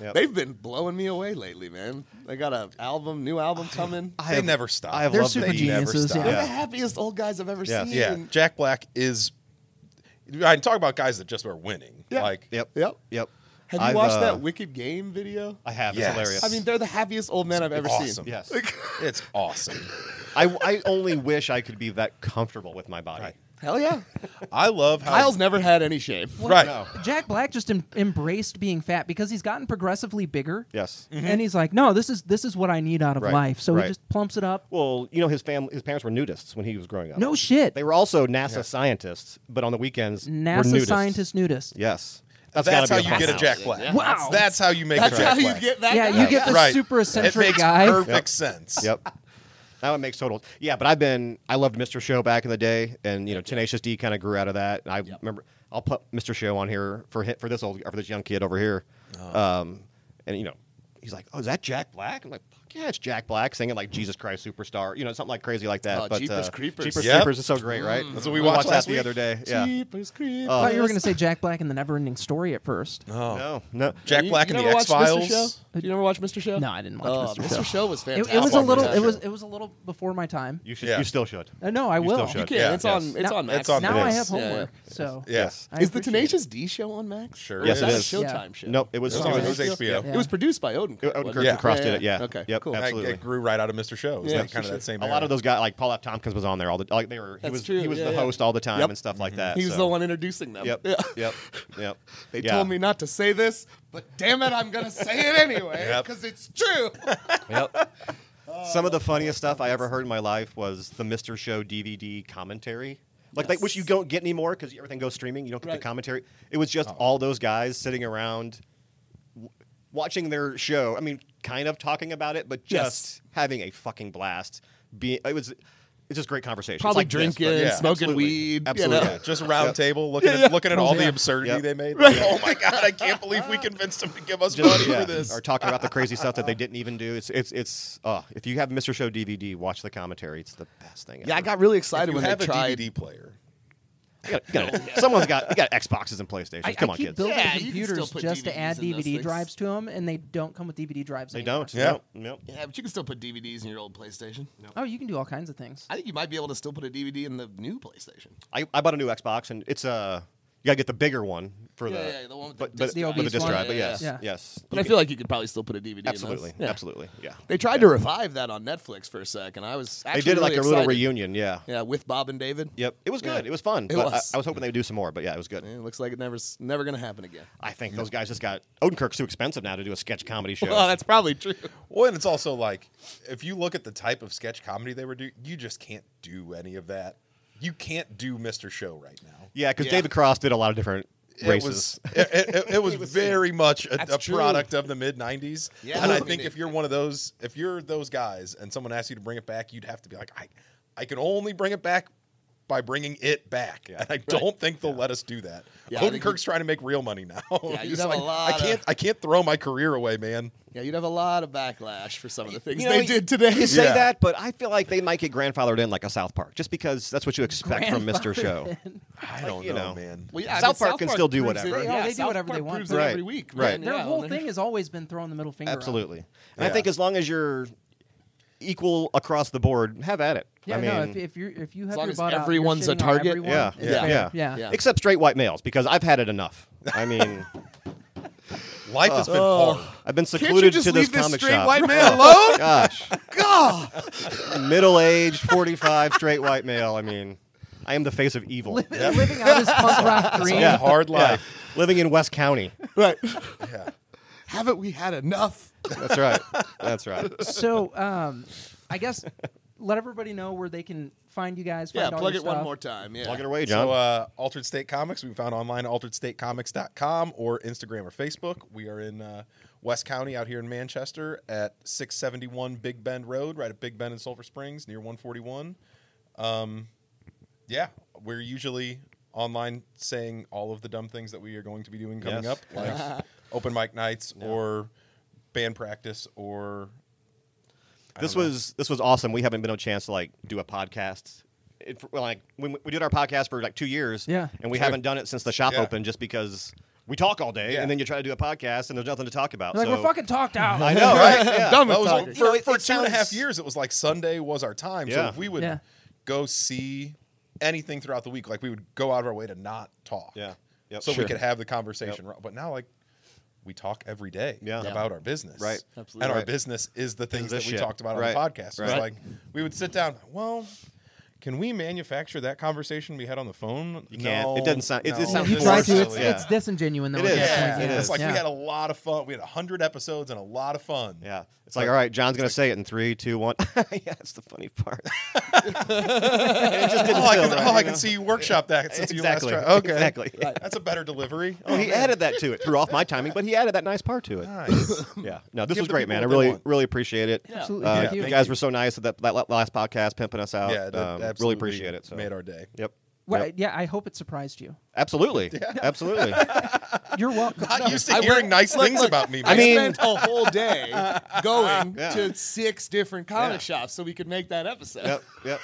[SPEAKER 7] Yep.
[SPEAKER 4] They've been blowing me away lately, man. They got an album, new album coming.
[SPEAKER 6] They never stop.
[SPEAKER 7] I have
[SPEAKER 3] They're
[SPEAKER 7] loved
[SPEAKER 3] super
[SPEAKER 7] that you never
[SPEAKER 3] geniuses,
[SPEAKER 7] stop.
[SPEAKER 3] yeah.
[SPEAKER 4] They're the happiest old guys I've ever
[SPEAKER 7] Yeah.
[SPEAKER 4] seen.
[SPEAKER 6] yeah, Jack Black is. I talk about guys that just are winning.
[SPEAKER 4] Yeah.
[SPEAKER 6] Like
[SPEAKER 7] Yep.
[SPEAKER 4] Yep.
[SPEAKER 7] Yep.
[SPEAKER 4] Have you
[SPEAKER 7] I've,
[SPEAKER 4] watched
[SPEAKER 7] uh,
[SPEAKER 4] that Wicked Game video?
[SPEAKER 7] I have.
[SPEAKER 6] Yes.
[SPEAKER 7] It's hilarious.
[SPEAKER 4] I mean, they're the happiest old men I've ever
[SPEAKER 6] awesome.
[SPEAKER 4] seen.
[SPEAKER 7] yes.
[SPEAKER 6] it's awesome.
[SPEAKER 7] I, I only wish I could be that comfortable with my body.
[SPEAKER 6] Right.
[SPEAKER 4] Hell yeah.
[SPEAKER 6] I love
[SPEAKER 7] Oh.
[SPEAKER 6] how
[SPEAKER 4] Kyle's never had any shame.
[SPEAKER 3] Well,
[SPEAKER 6] Right.
[SPEAKER 7] No.
[SPEAKER 3] Jack Black just em- embraced being fat because he's gotten progressively bigger.
[SPEAKER 7] Yes.
[SPEAKER 3] And he's like, no, this is this is what I need out of
[SPEAKER 7] Right,
[SPEAKER 3] life. So
[SPEAKER 7] right.
[SPEAKER 3] he just plumps it up.
[SPEAKER 7] Well, you know, his family, his parents were nudists when he was growing up.
[SPEAKER 3] No shit.
[SPEAKER 7] They were also NASA scientists, but on the weekends,
[SPEAKER 3] NASA
[SPEAKER 7] were nudists.
[SPEAKER 3] scientist nudist.
[SPEAKER 7] Yes.
[SPEAKER 6] that's,
[SPEAKER 7] gotta
[SPEAKER 6] how
[SPEAKER 7] be
[SPEAKER 6] you get a
[SPEAKER 7] problem.
[SPEAKER 6] Jack Black.
[SPEAKER 4] Yeah.
[SPEAKER 3] Wow.
[SPEAKER 6] That's how you make
[SPEAKER 4] That's
[SPEAKER 6] a Jack
[SPEAKER 4] how you
[SPEAKER 6] Black.
[SPEAKER 4] get that.
[SPEAKER 3] yeah,
[SPEAKER 4] guy.
[SPEAKER 3] you get the
[SPEAKER 6] Right.
[SPEAKER 3] super
[SPEAKER 6] It
[SPEAKER 3] eccentric
[SPEAKER 6] makes
[SPEAKER 3] guy.
[SPEAKER 6] perfect sense.
[SPEAKER 7] Yep. Now it makes total. Yeah, but I've been. I loved Mr. Show back in the day, and you know, Tenacious D kind of grew out of that. I remember. I'll put Mr. Show on here for hit for this old for this young kid over here, um, and you know, he's like, "Oh, is that Jack Black?" I'm like, "Fuck yeah, it's Jack Black singing like Jesus Christ Superstar," you know, something like crazy like that.
[SPEAKER 4] Oh,
[SPEAKER 7] but
[SPEAKER 4] Jeepers
[SPEAKER 7] uh,
[SPEAKER 4] Creepers.
[SPEAKER 7] Jeepers
[SPEAKER 6] Yep.
[SPEAKER 7] Creepers is so great, right?
[SPEAKER 6] That's what we watched last
[SPEAKER 7] that
[SPEAKER 6] week.
[SPEAKER 7] the other day. Yeah. Oh,
[SPEAKER 4] Jeepers creepers.
[SPEAKER 3] I thought you were going to say Jack Black and the Never-Ending Story at first.
[SPEAKER 6] Oh.
[SPEAKER 7] No, no.
[SPEAKER 6] Jack
[SPEAKER 4] You-
[SPEAKER 6] Black
[SPEAKER 4] you
[SPEAKER 6] and the
[SPEAKER 4] never
[SPEAKER 6] X
[SPEAKER 4] watched Mr.
[SPEAKER 6] Files.
[SPEAKER 4] Show? Did you ever watch Mr. Show?
[SPEAKER 3] No, I didn't watch
[SPEAKER 4] Oh,
[SPEAKER 3] Mr.
[SPEAKER 4] Mr.
[SPEAKER 3] Show.
[SPEAKER 4] Show was
[SPEAKER 3] It,
[SPEAKER 4] fantastic.
[SPEAKER 3] it was a
[SPEAKER 6] watched
[SPEAKER 3] little.
[SPEAKER 6] Mr.
[SPEAKER 3] It was. It was a little before my time.
[SPEAKER 7] You should.
[SPEAKER 6] Yeah.
[SPEAKER 7] You still should.
[SPEAKER 3] Uh, no, I
[SPEAKER 7] You
[SPEAKER 3] will.
[SPEAKER 7] still should.
[SPEAKER 4] Yeah,
[SPEAKER 6] Yeah,
[SPEAKER 4] it's
[SPEAKER 6] yes.
[SPEAKER 4] on. It's
[SPEAKER 3] now,
[SPEAKER 4] on. Max.
[SPEAKER 6] It's on
[SPEAKER 3] now
[SPEAKER 6] Max.
[SPEAKER 3] I
[SPEAKER 7] It
[SPEAKER 3] have
[SPEAKER 7] is.
[SPEAKER 3] homework.
[SPEAKER 4] Yeah.
[SPEAKER 3] So
[SPEAKER 6] Yes.
[SPEAKER 3] I
[SPEAKER 4] Is
[SPEAKER 3] appreciate
[SPEAKER 4] the
[SPEAKER 3] it.
[SPEAKER 4] Tenacious D show on Max?
[SPEAKER 6] Sure
[SPEAKER 7] Yes, it
[SPEAKER 4] Or was
[SPEAKER 7] is.
[SPEAKER 4] that a Showtime
[SPEAKER 3] Yeah.
[SPEAKER 4] show.
[SPEAKER 7] Nope, it was.
[SPEAKER 6] It was,
[SPEAKER 3] on-
[SPEAKER 6] it
[SPEAKER 3] it
[SPEAKER 6] was
[SPEAKER 3] was
[SPEAKER 6] HBO.
[SPEAKER 3] Yeah.
[SPEAKER 4] It was produced by Odin.
[SPEAKER 7] Odin
[SPEAKER 4] wasn't
[SPEAKER 7] Kirk
[SPEAKER 4] it?
[SPEAKER 7] Cross did it. Yeah.
[SPEAKER 4] Okay.
[SPEAKER 7] Yep.
[SPEAKER 4] Cool.
[SPEAKER 6] I-
[SPEAKER 7] Absolutely.
[SPEAKER 6] It Oh, grew right out of Mr. Show. It was
[SPEAKER 4] Yeah,
[SPEAKER 6] like
[SPEAKER 4] for
[SPEAKER 6] kind of
[SPEAKER 4] sure.
[SPEAKER 6] that same.
[SPEAKER 7] a lot of those guys, like Paul F. Tompkins, was on there all the like. They were. He
[SPEAKER 4] That's
[SPEAKER 7] was.
[SPEAKER 4] true,
[SPEAKER 7] He was
[SPEAKER 4] yeah,
[SPEAKER 7] the
[SPEAKER 4] yeah.
[SPEAKER 7] host all the time
[SPEAKER 4] Yep. Mm-hmm.
[SPEAKER 7] and stuff like that.
[SPEAKER 4] He was
[SPEAKER 7] so.
[SPEAKER 4] the one introducing them.
[SPEAKER 7] Yep.
[SPEAKER 4] Yeah.
[SPEAKER 7] Yep. Yep.
[SPEAKER 4] They
[SPEAKER 7] Yeah.
[SPEAKER 4] told me not to say this, but damn it, I'm gonna say it anyway
[SPEAKER 6] Yep.
[SPEAKER 4] because it's true.
[SPEAKER 7] Yep. Some of
[SPEAKER 4] Oh,
[SPEAKER 7] the funniest stuff I ever heard in my life was the Mister Show DVD commentary. Like, like, which you don't get anymore because everything goes streaming. You don't get
[SPEAKER 4] Right.
[SPEAKER 7] the commentary. It was just all those guys sitting around, w- watching their show. I mean, kind of talking about it, but just having a fucking blast. Being it was, it's just great conversation. It's
[SPEAKER 4] Probably
[SPEAKER 7] like this, but-
[SPEAKER 4] drinking,
[SPEAKER 6] yeah,
[SPEAKER 4] smoking
[SPEAKER 7] absolutely.
[SPEAKER 4] weed. you
[SPEAKER 7] Absolutely.
[SPEAKER 4] know?
[SPEAKER 6] Yeah, just a round
[SPEAKER 7] Yep.
[SPEAKER 6] table looking
[SPEAKER 4] Yeah,
[SPEAKER 6] at
[SPEAKER 4] yeah.
[SPEAKER 6] looking at all the
[SPEAKER 3] Yeah.
[SPEAKER 6] absurdity
[SPEAKER 7] Yep.
[SPEAKER 6] they made. Oh my god, I can't believe we convinced them to give us
[SPEAKER 7] just,
[SPEAKER 6] money
[SPEAKER 7] yeah,
[SPEAKER 6] for this.
[SPEAKER 7] Or talking about the crazy stuff that they didn't even do. It's it's it's. Uh, if you have Mr. Show DVD, watch the commentary. It's the best thing.
[SPEAKER 4] Yeah, I
[SPEAKER 7] ever.
[SPEAKER 4] got really
[SPEAKER 6] If
[SPEAKER 4] excited
[SPEAKER 6] you
[SPEAKER 4] when
[SPEAKER 6] have
[SPEAKER 4] they
[SPEAKER 6] a
[SPEAKER 4] tried.
[SPEAKER 6] DVD player.
[SPEAKER 7] You got- you got- someone's got you got Xboxes and PlayStations.
[SPEAKER 3] I,
[SPEAKER 7] Come
[SPEAKER 3] I
[SPEAKER 7] on,
[SPEAKER 3] keep
[SPEAKER 7] kids.
[SPEAKER 3] building
[SPEAKER 4] Yeah, you can still
[SPEAKER 3] computers
[SPEAKER 4] put
[SPEAKER 3] just to
[SPEAKER 4] DVDs
[SPEAKER 3] add
[SPEAKER 4] in those
[SPEAKER 3] DVD
[SPEAKER 4] things.
[SPEAKER 3] drives to them, and they don't come with DVD drives.
[SPEAKER 7] they
[SPEAKER 3] anymore.
[SPEAKER 7] don't.
[SPEAKER 6] Yeah.
[SPEAKER 7] Nope, nope.
[SPEAKER 4] Yeah, but you can still put DVDs in your old PlayStation.
[SPEAKER 3] Oh, you can do all kinds of things.
[SPEAKER 4] I think you might be able to still put a DVD in the new PlayStation.
[SPEAKER 7] I, I bought a new Xbox and it's uh, you gotta get the bigger one for
[SPEAKER 4] Yeah,
[SPEAKER 7] the
[SPEAKER 4] yeah, the one with the
[SPEAKER 7] but,
[SPEAKER 4] disc
[SPEAKER 7] but,
[SPEAKER 3] drive.
[SPEAKER 7] with the disc
[SPEAKER 3] The obese
[SPEAKER 7] drive. But
[SPEAKER 4] one. Yeah,
[SPEAKER 7] yes,
[SPEAKER 3] yeah.
[SPEAKER 7] yes.
[SPEAKER 4] But I feel like you could probably still put a DVD. in those.
[SPEAKER 7] absolutely,
[SPEAKER 4] Yeah.
[SPEAKER 7] absolutely, yeah.
[SPEAKER 4] They tried to revive that on Netflix for a sec, and I was
[SPEAKER 7] They
[SPEAKER 4] actually
[SPEAKER 7] did like
[SPEAKER 4] really
[SPEAKER 7] a little
[SPEAKER 4] excited.
[SPEAKER 7] reunion. Yeah.
[SPEAKER 4] Yeah, with Bob and David.
[SPEAKER 7] Yep. It was
[SPEAKER 4] Yeah.
[SPEAKER 7] good. It was fun.
[SPEAKER 4] It
[SPEAKER 7] but I-
[SPEAKER 4] was.
[SPEAKER 7] I, was hoping they would do some more, but yeah, it was good.
[SPEAKER 4] Yeah, It looks like it never's never gonna happen again.
[SPEAKER 7] I think those guys just got Odenkirk's too expensive now to do a sketch comedy show.
[SPEAKER 4] Well, that's probably true.
[SPEAKER 6] Well, and it's also like if you look at the type of sketch comedy they were doing, you just can't do any of that. You can't do Mr. Show right now.
[SPEAKER 7] Yeah, because
[SPEAKER 4] Yeah.
[SPEAKER 7] David Cross did a lot of different races.
[SPEAKER 6] It was it, it- it- it was very much a,
[SPEAKER 4] That's
[SPEAKER 6] a
[SPEAKER 4] true.
[SPEAKER 6] product of the mid '90s.
[SPEAKER 4] Yeah.
[SPEAKER 6] and I
[SPEAKER 4] I
[SPEAKER 6] think
[SPEAKER 4] mean,
[SPEAKER 6] if you're one of those, if you're those guys, and someone asks you to bring it back, you'd have to be like, I, I can only bring it back by bringing it back, and I don't think they'll let us do that.
[SPEAKER 4] Yeah, I think
[SPEAKER 6] Odenkirk's trying to make real money now.
[SPEAKER 4] Yeah,
[SPEAKER 6] He's
[SPEAKER 4] you'd have a
[SPEAKER 6] like, I
[SPEAKER 4] lot
[SPEAKER 6] can't,
[SPEAKER 4] of-
[SPEAKER 6] I can't throw my career away, man.
[SPEAKER 4] Yeah, you'd have a lot of backlash for some of the things
[SPEAKER 7] You know,
[SPEAKER 4] they
[SPEAKER 7] you-
[SPEAKER 4] did today.
[SPEAKER 7] You say
[SPEAKER 6] Yeah.
[SPEAKER 7] that, but I feel like they might get grandfathered in like a South Park, just because that's what you expect from Mr. Show.
[SPEAKER 6] I don't
[SPEAKER 7] you
[SPEAKER 6] know,
[SPEAKER 7] know.
[SPEAKER 6] man.
[SPEAKER 4] Well, yeah, I
[SPEAKER 7] South
[SPEAKER 4] mean,
[SPEAKER 7] Park can still do
[SPEAKER 4] proves it.
[SPEAKER 7] whatever.
[SPEAKER 3] Yeah, they do
[SPEAKER 4] South
[SPEAKER 3] whatever
[SPEAKER 4] Park
[SPEAKER 3] they want.
[SPEAKER 4] proves it
[SPEAKER 7] Right.
[SPEAKER 4] every week.
[SPEAKER 7] Right.
[SPEAKER 4] man.
[SPEAKER 3] Their
[SPEAKER 4] Yeah,
[SPEAKER 3] whole
[SPEAKER 4] when
[SPEAKER 3] thing has always been throwing the middle finger. up.
[SPEAKER 7] Absolutely, and
[SPEAKER 6] Yeah.
[SPEAKER 7] I think as long as you're equal across the board, have at it.
[SPEAKER 3] Yeah,
[SPEAKER 7] I mean,
[SPEAKER 3] no. If, if you if you have
[SPEAKER 4] long
[SPEAKER 3] your
[SPEAKER 4] as
[SPEAKER 3] butt out, you're
[SPEAKER 4] everyone's a
[SPEAKER 3] shitting on
[SPEAKER 4] target.
[SPEAKER 3] everyone,
[SPEAKER 7] yeah,
[SPEAKER 3] it's
[SPEAKER 7] yeah,
[SPEAKER 3] fair.
[SPEAKER 7] yeah,
[SPEAKER 3] yeah,
[SPEAKER 4] Yeah.
[SPEAKER 7] Except straight white males, because I've had it enough. I mean,
[SPEAKER 6] Life has been hard.
[SPEAKER 7] I've been
[SPEAKER 4] Can't you
[SPEAKER 7] secluded
[SPEAKER 4] just
[SPEAKER 7] to this
[SPEAKER 4] leave this
[SPEAKER 7] comic
[SPEAKER 4] straight
[SPEAKER 7] shop.
[SPEAKER 4] white man alone?
[SPEAKER 7] Gosh, middle-aged, forty-five, straight white male. I mean, I am the face of evil.
[SPEAKER 3] Living, living out his punk rock dream.
[SPEAKER 7] Yeah.
[SPEAKER 6] Hard
[SPEAKER 7] Yeah.
[SPEAKER 6] life.
[SPEAKER 7] Living in West County.
[SPEAKER 4] Right.
[SPEAKER 6] Yeah.
[SPEAKER 4] Haven't we had enough?
[SPEAKER 7] That's right. That's right.
[SPEAKER 3] So, um, I guess let everybody know where they can find you guys. Find
[SPEAKER 4] Yeah,
[SPEAKER 3] all
[SPEAKER 4] plug
[SPEAKER 3] your
[SPEAKER 4] it one
[SPEAKER 3] stuff.
[SPEAKER 4] more time. Yeah.
[SPEAKER 7] Plug it away, John.
[SPEAKER 6] So, uh, Altered State Comics, we found online at alteredstatecomics.com or Instagram or Facebook. We are in uh, West County out here in Manchester at 671 Big Bend Road, right at Big Bend and Sulphur Springs near 141. Um, yeah, we're usually online saying all of the dumb things that we are going to be doing coming
[SPEAKER 7] Yes.
[SPEAKER 6] up, like open mic nights or band practice or
[SPEAKER 7] this was this was awesome. We haven't been a chance to like do a podcast. It, for, like we, we did our podcast for like two years,
[SPEAKER 3] Yeah.
[SPEAKER 7] and we haven't done it since the shop
[SPEAKER 6] Yeah.
[SPEAKER 7] opened, just because we talk all day,
[SPEAKER 6] Yeah.
[SPEAKER 7] and then you try to do a podcast, and there's nothing to talk about.
[SPEAKER 3] Like
[SPEAKER 7] so
[SPEAKER 3] we're fucking talked out.
[SPEAKER 7] I know, right? Yeah.
[SPEAKER 4] Dumb
[SPEAKER 6] That
[SPEAKER 4] as
[SPEAKER 6] was
[SPEAKER 4] fuck.
[SPEAKER 6] all-
[SPEAKER 7] You know,
[SPEAKER 6] for,
[SPEAKER 7] it-
[SPEAKER 6] for
[SPEAKER 7] it
[SPEAKER 6] two and a half
[SPEAKER 7] sounds-
[SPEAKER 6] years. It was like Sunday was our time. So
[SPEAKER 7] Yeah.
[SPEAKER 6] if we would
[SPEAKER 3] Yeah.
[SPEAKER 6] go see anything throughout the week, like we would go out of our way to not talk.
[SPEAKER 7] Yeah. Yep.
[SPEAKER 6] So
[SPEAKER 7] Sure.
[SPEAKER 6] we could have the conversation. But now, like, we talk every day
[SPEAKER 7] Yeah. Yeah.
[SPEAKER 6] about our business.
[SPEAKER 7] Right.
[SPEAKER 6] And
[SPEAKER 4] Absolutely.
[SPEAKER 6] our
[SPEAKER 7] Right.
[SPEAKER 6] business is the things
[SPEAKER 7] this
[SPEAKER 6] that we
[SPEAKER 7] shit.
[SPEAKER 6] talked about
[SPEAKER 7] Right.
[SPEAKER 6] on the podcast. So It's
[SPEAKER 7] Right.
[SPEAKER 6] like we would sit down. Well, can we manufacture that conversation we had on the phone? You
[SPEAKER 7] can't. It doesn't sound- it- it sounds
[SPEAKER 3] If you
[SPEAKER 7] Of
[SPEAKER 3] try
[SPEAKER 7] course,
[SPEAKER 3] to, it's,
[SPEAKER 7] yeah.
[SPEAKER 3] it's disingenuine though.
[SPEAKER 7] It
[SPEAKER 3] at
[SPEAKER 7] is,
[SPEAKER 3] that
[SPEAKER 6] Yeah,
[SPEAKER 3] point.
[SPEAKER 7] it
[SPEAKER 6] it's
[SPEAKER 7] is.
[SPEAKER 6] like
[SPEAKER 3] Yeah.
[SPEAKER 6] we had a lot of fun. We had hundred episodes and a lot of fun.
[SPEAKER 7] Yeah. It's like, all right, John's going to say it in three, two, one. yeah, that's the funny part.
[SPEAKER 6] oh, I can,
[SPEAKER 7] feel
[SPEAKER 6] oh,
[SPEAKER 7] right,
[SPEAKER 6] I
[SPEAKER 7] you
[SPEAKER 6] can
[SPEAKER 7] know?
[SPEAKER 6] see you workshop that since
[SPEAKER 7] exactly.
[SPEAKER 6] you last tried. Okay,
[SPEAKER 7] Exactly.
[SPEAKER 6] that's a better delivery.
[SPEAKER 7] Oh, he added that to it. Threw off my timing, but he added that nice Uh, part to it.
[SPEAKER 6] Nice.
[SPEAKER 7] Yeah. No, this
[SPEAKER 6] Um, Give
[SPEAKER 7] was
[SPEAKER 6] the
[SPEAKER 7] great,
[SPEAKER 6] people
[SPEAKER 7] man. I
[SPEAKER 6] what they
[SPEAKER 7] really,
[SPEAKER 6] want.
[SPEAKER 7] really appreciate it.
[SPEAKER 3] Absolutely.
[SPEAKER 7] Uh,
[SPEAKER 6] Yeah,
[SPEAKER 7] you
[SPEAKER 6] thank
[SPEAKER 7] guys
[SPEAKER 6] you.
[SPEAKER 7] were so nice at that, that la- last podcast, pimping us out.
[SPEAKER 6] yeah, that
[SPEAKER 7] Um,
[SPEAKER 6] absolutely
[SPEAKER 7] really appreciate it. So.
[SPEAKER 6] Made our day.
[SPEAKER 7] Yep.
[SPEAKER 3] Well,
[SPEAKER 7] Yep.
[SPEAKER 3] yeah, I hope it surprised you.
[SPEAKER 7] Absolutely. Absolutely.
[SPEAKER 3] You're welcome.
[SPEAKER 6] Not used to
[SPEAKER 4] I
[SPEAKER 6] hearing
[SPEAKER 4] went-
[SPEAKER 6] nice
[SPEAKER 4] look,
[SPEAKER 6] things
[SPEAKER 4] look,
[SPEAKER 6] about me. man.
[SPEAKER 4] I
[SPEAKER 7] mean-
[SPEAKER 4] spent a whole day going
[SPEAKER 7] Yeah.
[SPEAKER 4] to six different comic
[SPEAKER 7] Yeah.
[SPEAKER 4] shops so we could make that episode.
[SPEAKER 7] yep. Yep.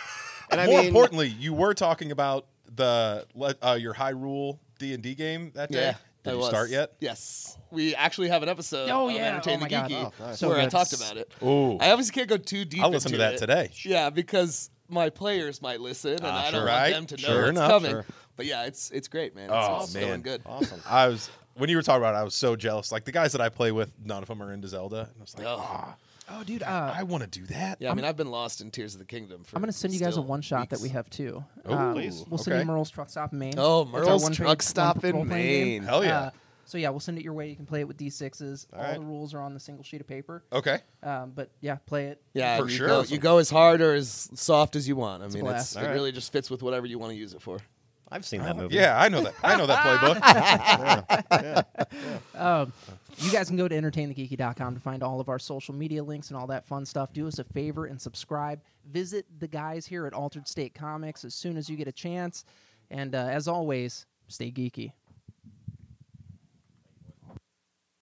[SPEAKER 7] And I
[SPEAKER 6] more
[SPEAKER 7] mean,
[SPEAKER 6] importantly, you were talking about the le- uh, your high rule D and D game that day.
[SPEAKER 4] Yeah.
[SPEAKER 6] Did
[SPEAKER 4] I
[SPEAKER 6] you
[SPEAKER 4] was.
[SPEAKER 6] start yet?
[SPEAKER 4] Yes. We actually have an episode
[SPEAKER 3] Oh,
[SPEAKER 4] of
[SPEAKER 3] yeah.
[SPEAKER 4] Entertain
[SPEAKER 3] Oh,
[SPEAKER 4] the
[SPEAKER 3] my God.
[SPEAKER 4] Geeky
[SPEAKER 7] Oh, nice.
[SPEAKER 3] So
[SPEAKER 4] where I
[SPEAKER 3] good.
[SPEAKER 4] talked about it.
[SPEAKER 6] Ooh.
[SPEAKER 4] I obviously can't go too deep.
[SPEAKER 6] I'll listen
[SPEAKER 4] into
[SPEAKER 6] to that
[SPEAKER 4] it.
[SPEAKER 6] today. Ah,
[SPEAKER 4] Yeah, because my players might listen, and I don't
[SPEAKER 6] sure.
[SPEAKER 4] want
[SPEAKER 6] Right.
[SPEAKER 4] them to know
[SPEAKER 6] Sure
[SPEAKER 4] what's
[SPEAKER 6] enough.
[SPEAKER 4] coming.
[SPEAKER 7] Sure.
[SPEAKER 4] But yeah, it's it's great, man. It's,
[SPEAKER 6] Oh,
[SPEAKER 4] it's
[SPEAKER 6] man.
[SPEAKER 4] doing good.
[SPEAKER 7] Awesome.
[SPEAKER 6] I was when you were talking about. it, I was so jealous. Like the guys that I play with, none of them are into Zelda, and I was like,
[SPEAKER 4] Oh.
[SPEAKER 6] "Ah,
[SPEAKER 3] Oh, dude.
[SPEAKER 6] I
[SPEAKER 3] Uh,
[SPEAKER 6] want to do that.
[SPEAKER 4] Yeah, I mean, I've been lost in Tears of the Kingdom. For
[SPEAKER 3] I'm going to send you guys a
[SPEAKER 4] still
[SPEAKER 3] one shot that
[SPEAKER 4] weeks.
[SPEAKER 3] we have too.
[SPEAKER 6] Oh,
[SPEAKER 3] Um,
[SPEAKER 6] please.
[SPEAKER 3] We'll send you
[SPEAKER 6] Okay.
[SPEAKER 3] Merle's Truck Stop in Maine.
[SPEAKER 4] Oh,
[SPEAKER 3] It's our
[SPEAKER 4] Merle's
[SPEAKER 3] one-page-
[SPEAKER 4] Truck Stop
[SPEAKER 3] one-
[SPEAKER 4] in
[SPEAKER 3] role-playing game. Uh,
[SPEAKER 4] Maine.
[SPEAKER 6] Hell yeah.
[SPEAKER 3] so yeah, we'll send it your way. You can play it with D6s. All,
[SPEAKER 7] right.
[SPEAKER 3] the rules are on the single sheet of paper.
[SPEAKER 6] Okay.
[SPEAKER 3] Um, but yeah, play it.
[SPEAKER 4] Yeah,
[SPEAKER 6] For
[SPEAKER 4] you
[SPEAKER 6] sure.
[SPEAKER 4] Go, you go as hard or as soft as you want. I mean,
[SPEAKER 3] blast.
[SPEAKER 4] it's, it
[SPEAKER 7] Alright.
[SPEAKER 4] really just fits with whatever you want to use it for.
[SPEAKER 7] I've seen that movie.
[SPEAKER 6] Uh-huh. Yeah, I know that. I know that playbook.
[SPEAKER 3] You guys can go to entertainthegeeky.com to find all of our social media links and all that fun stuff. Do us a favor and subscribe. Visit the guys here at Altered State Comics as soon as you get a chance. And uh, as always, stay geeky.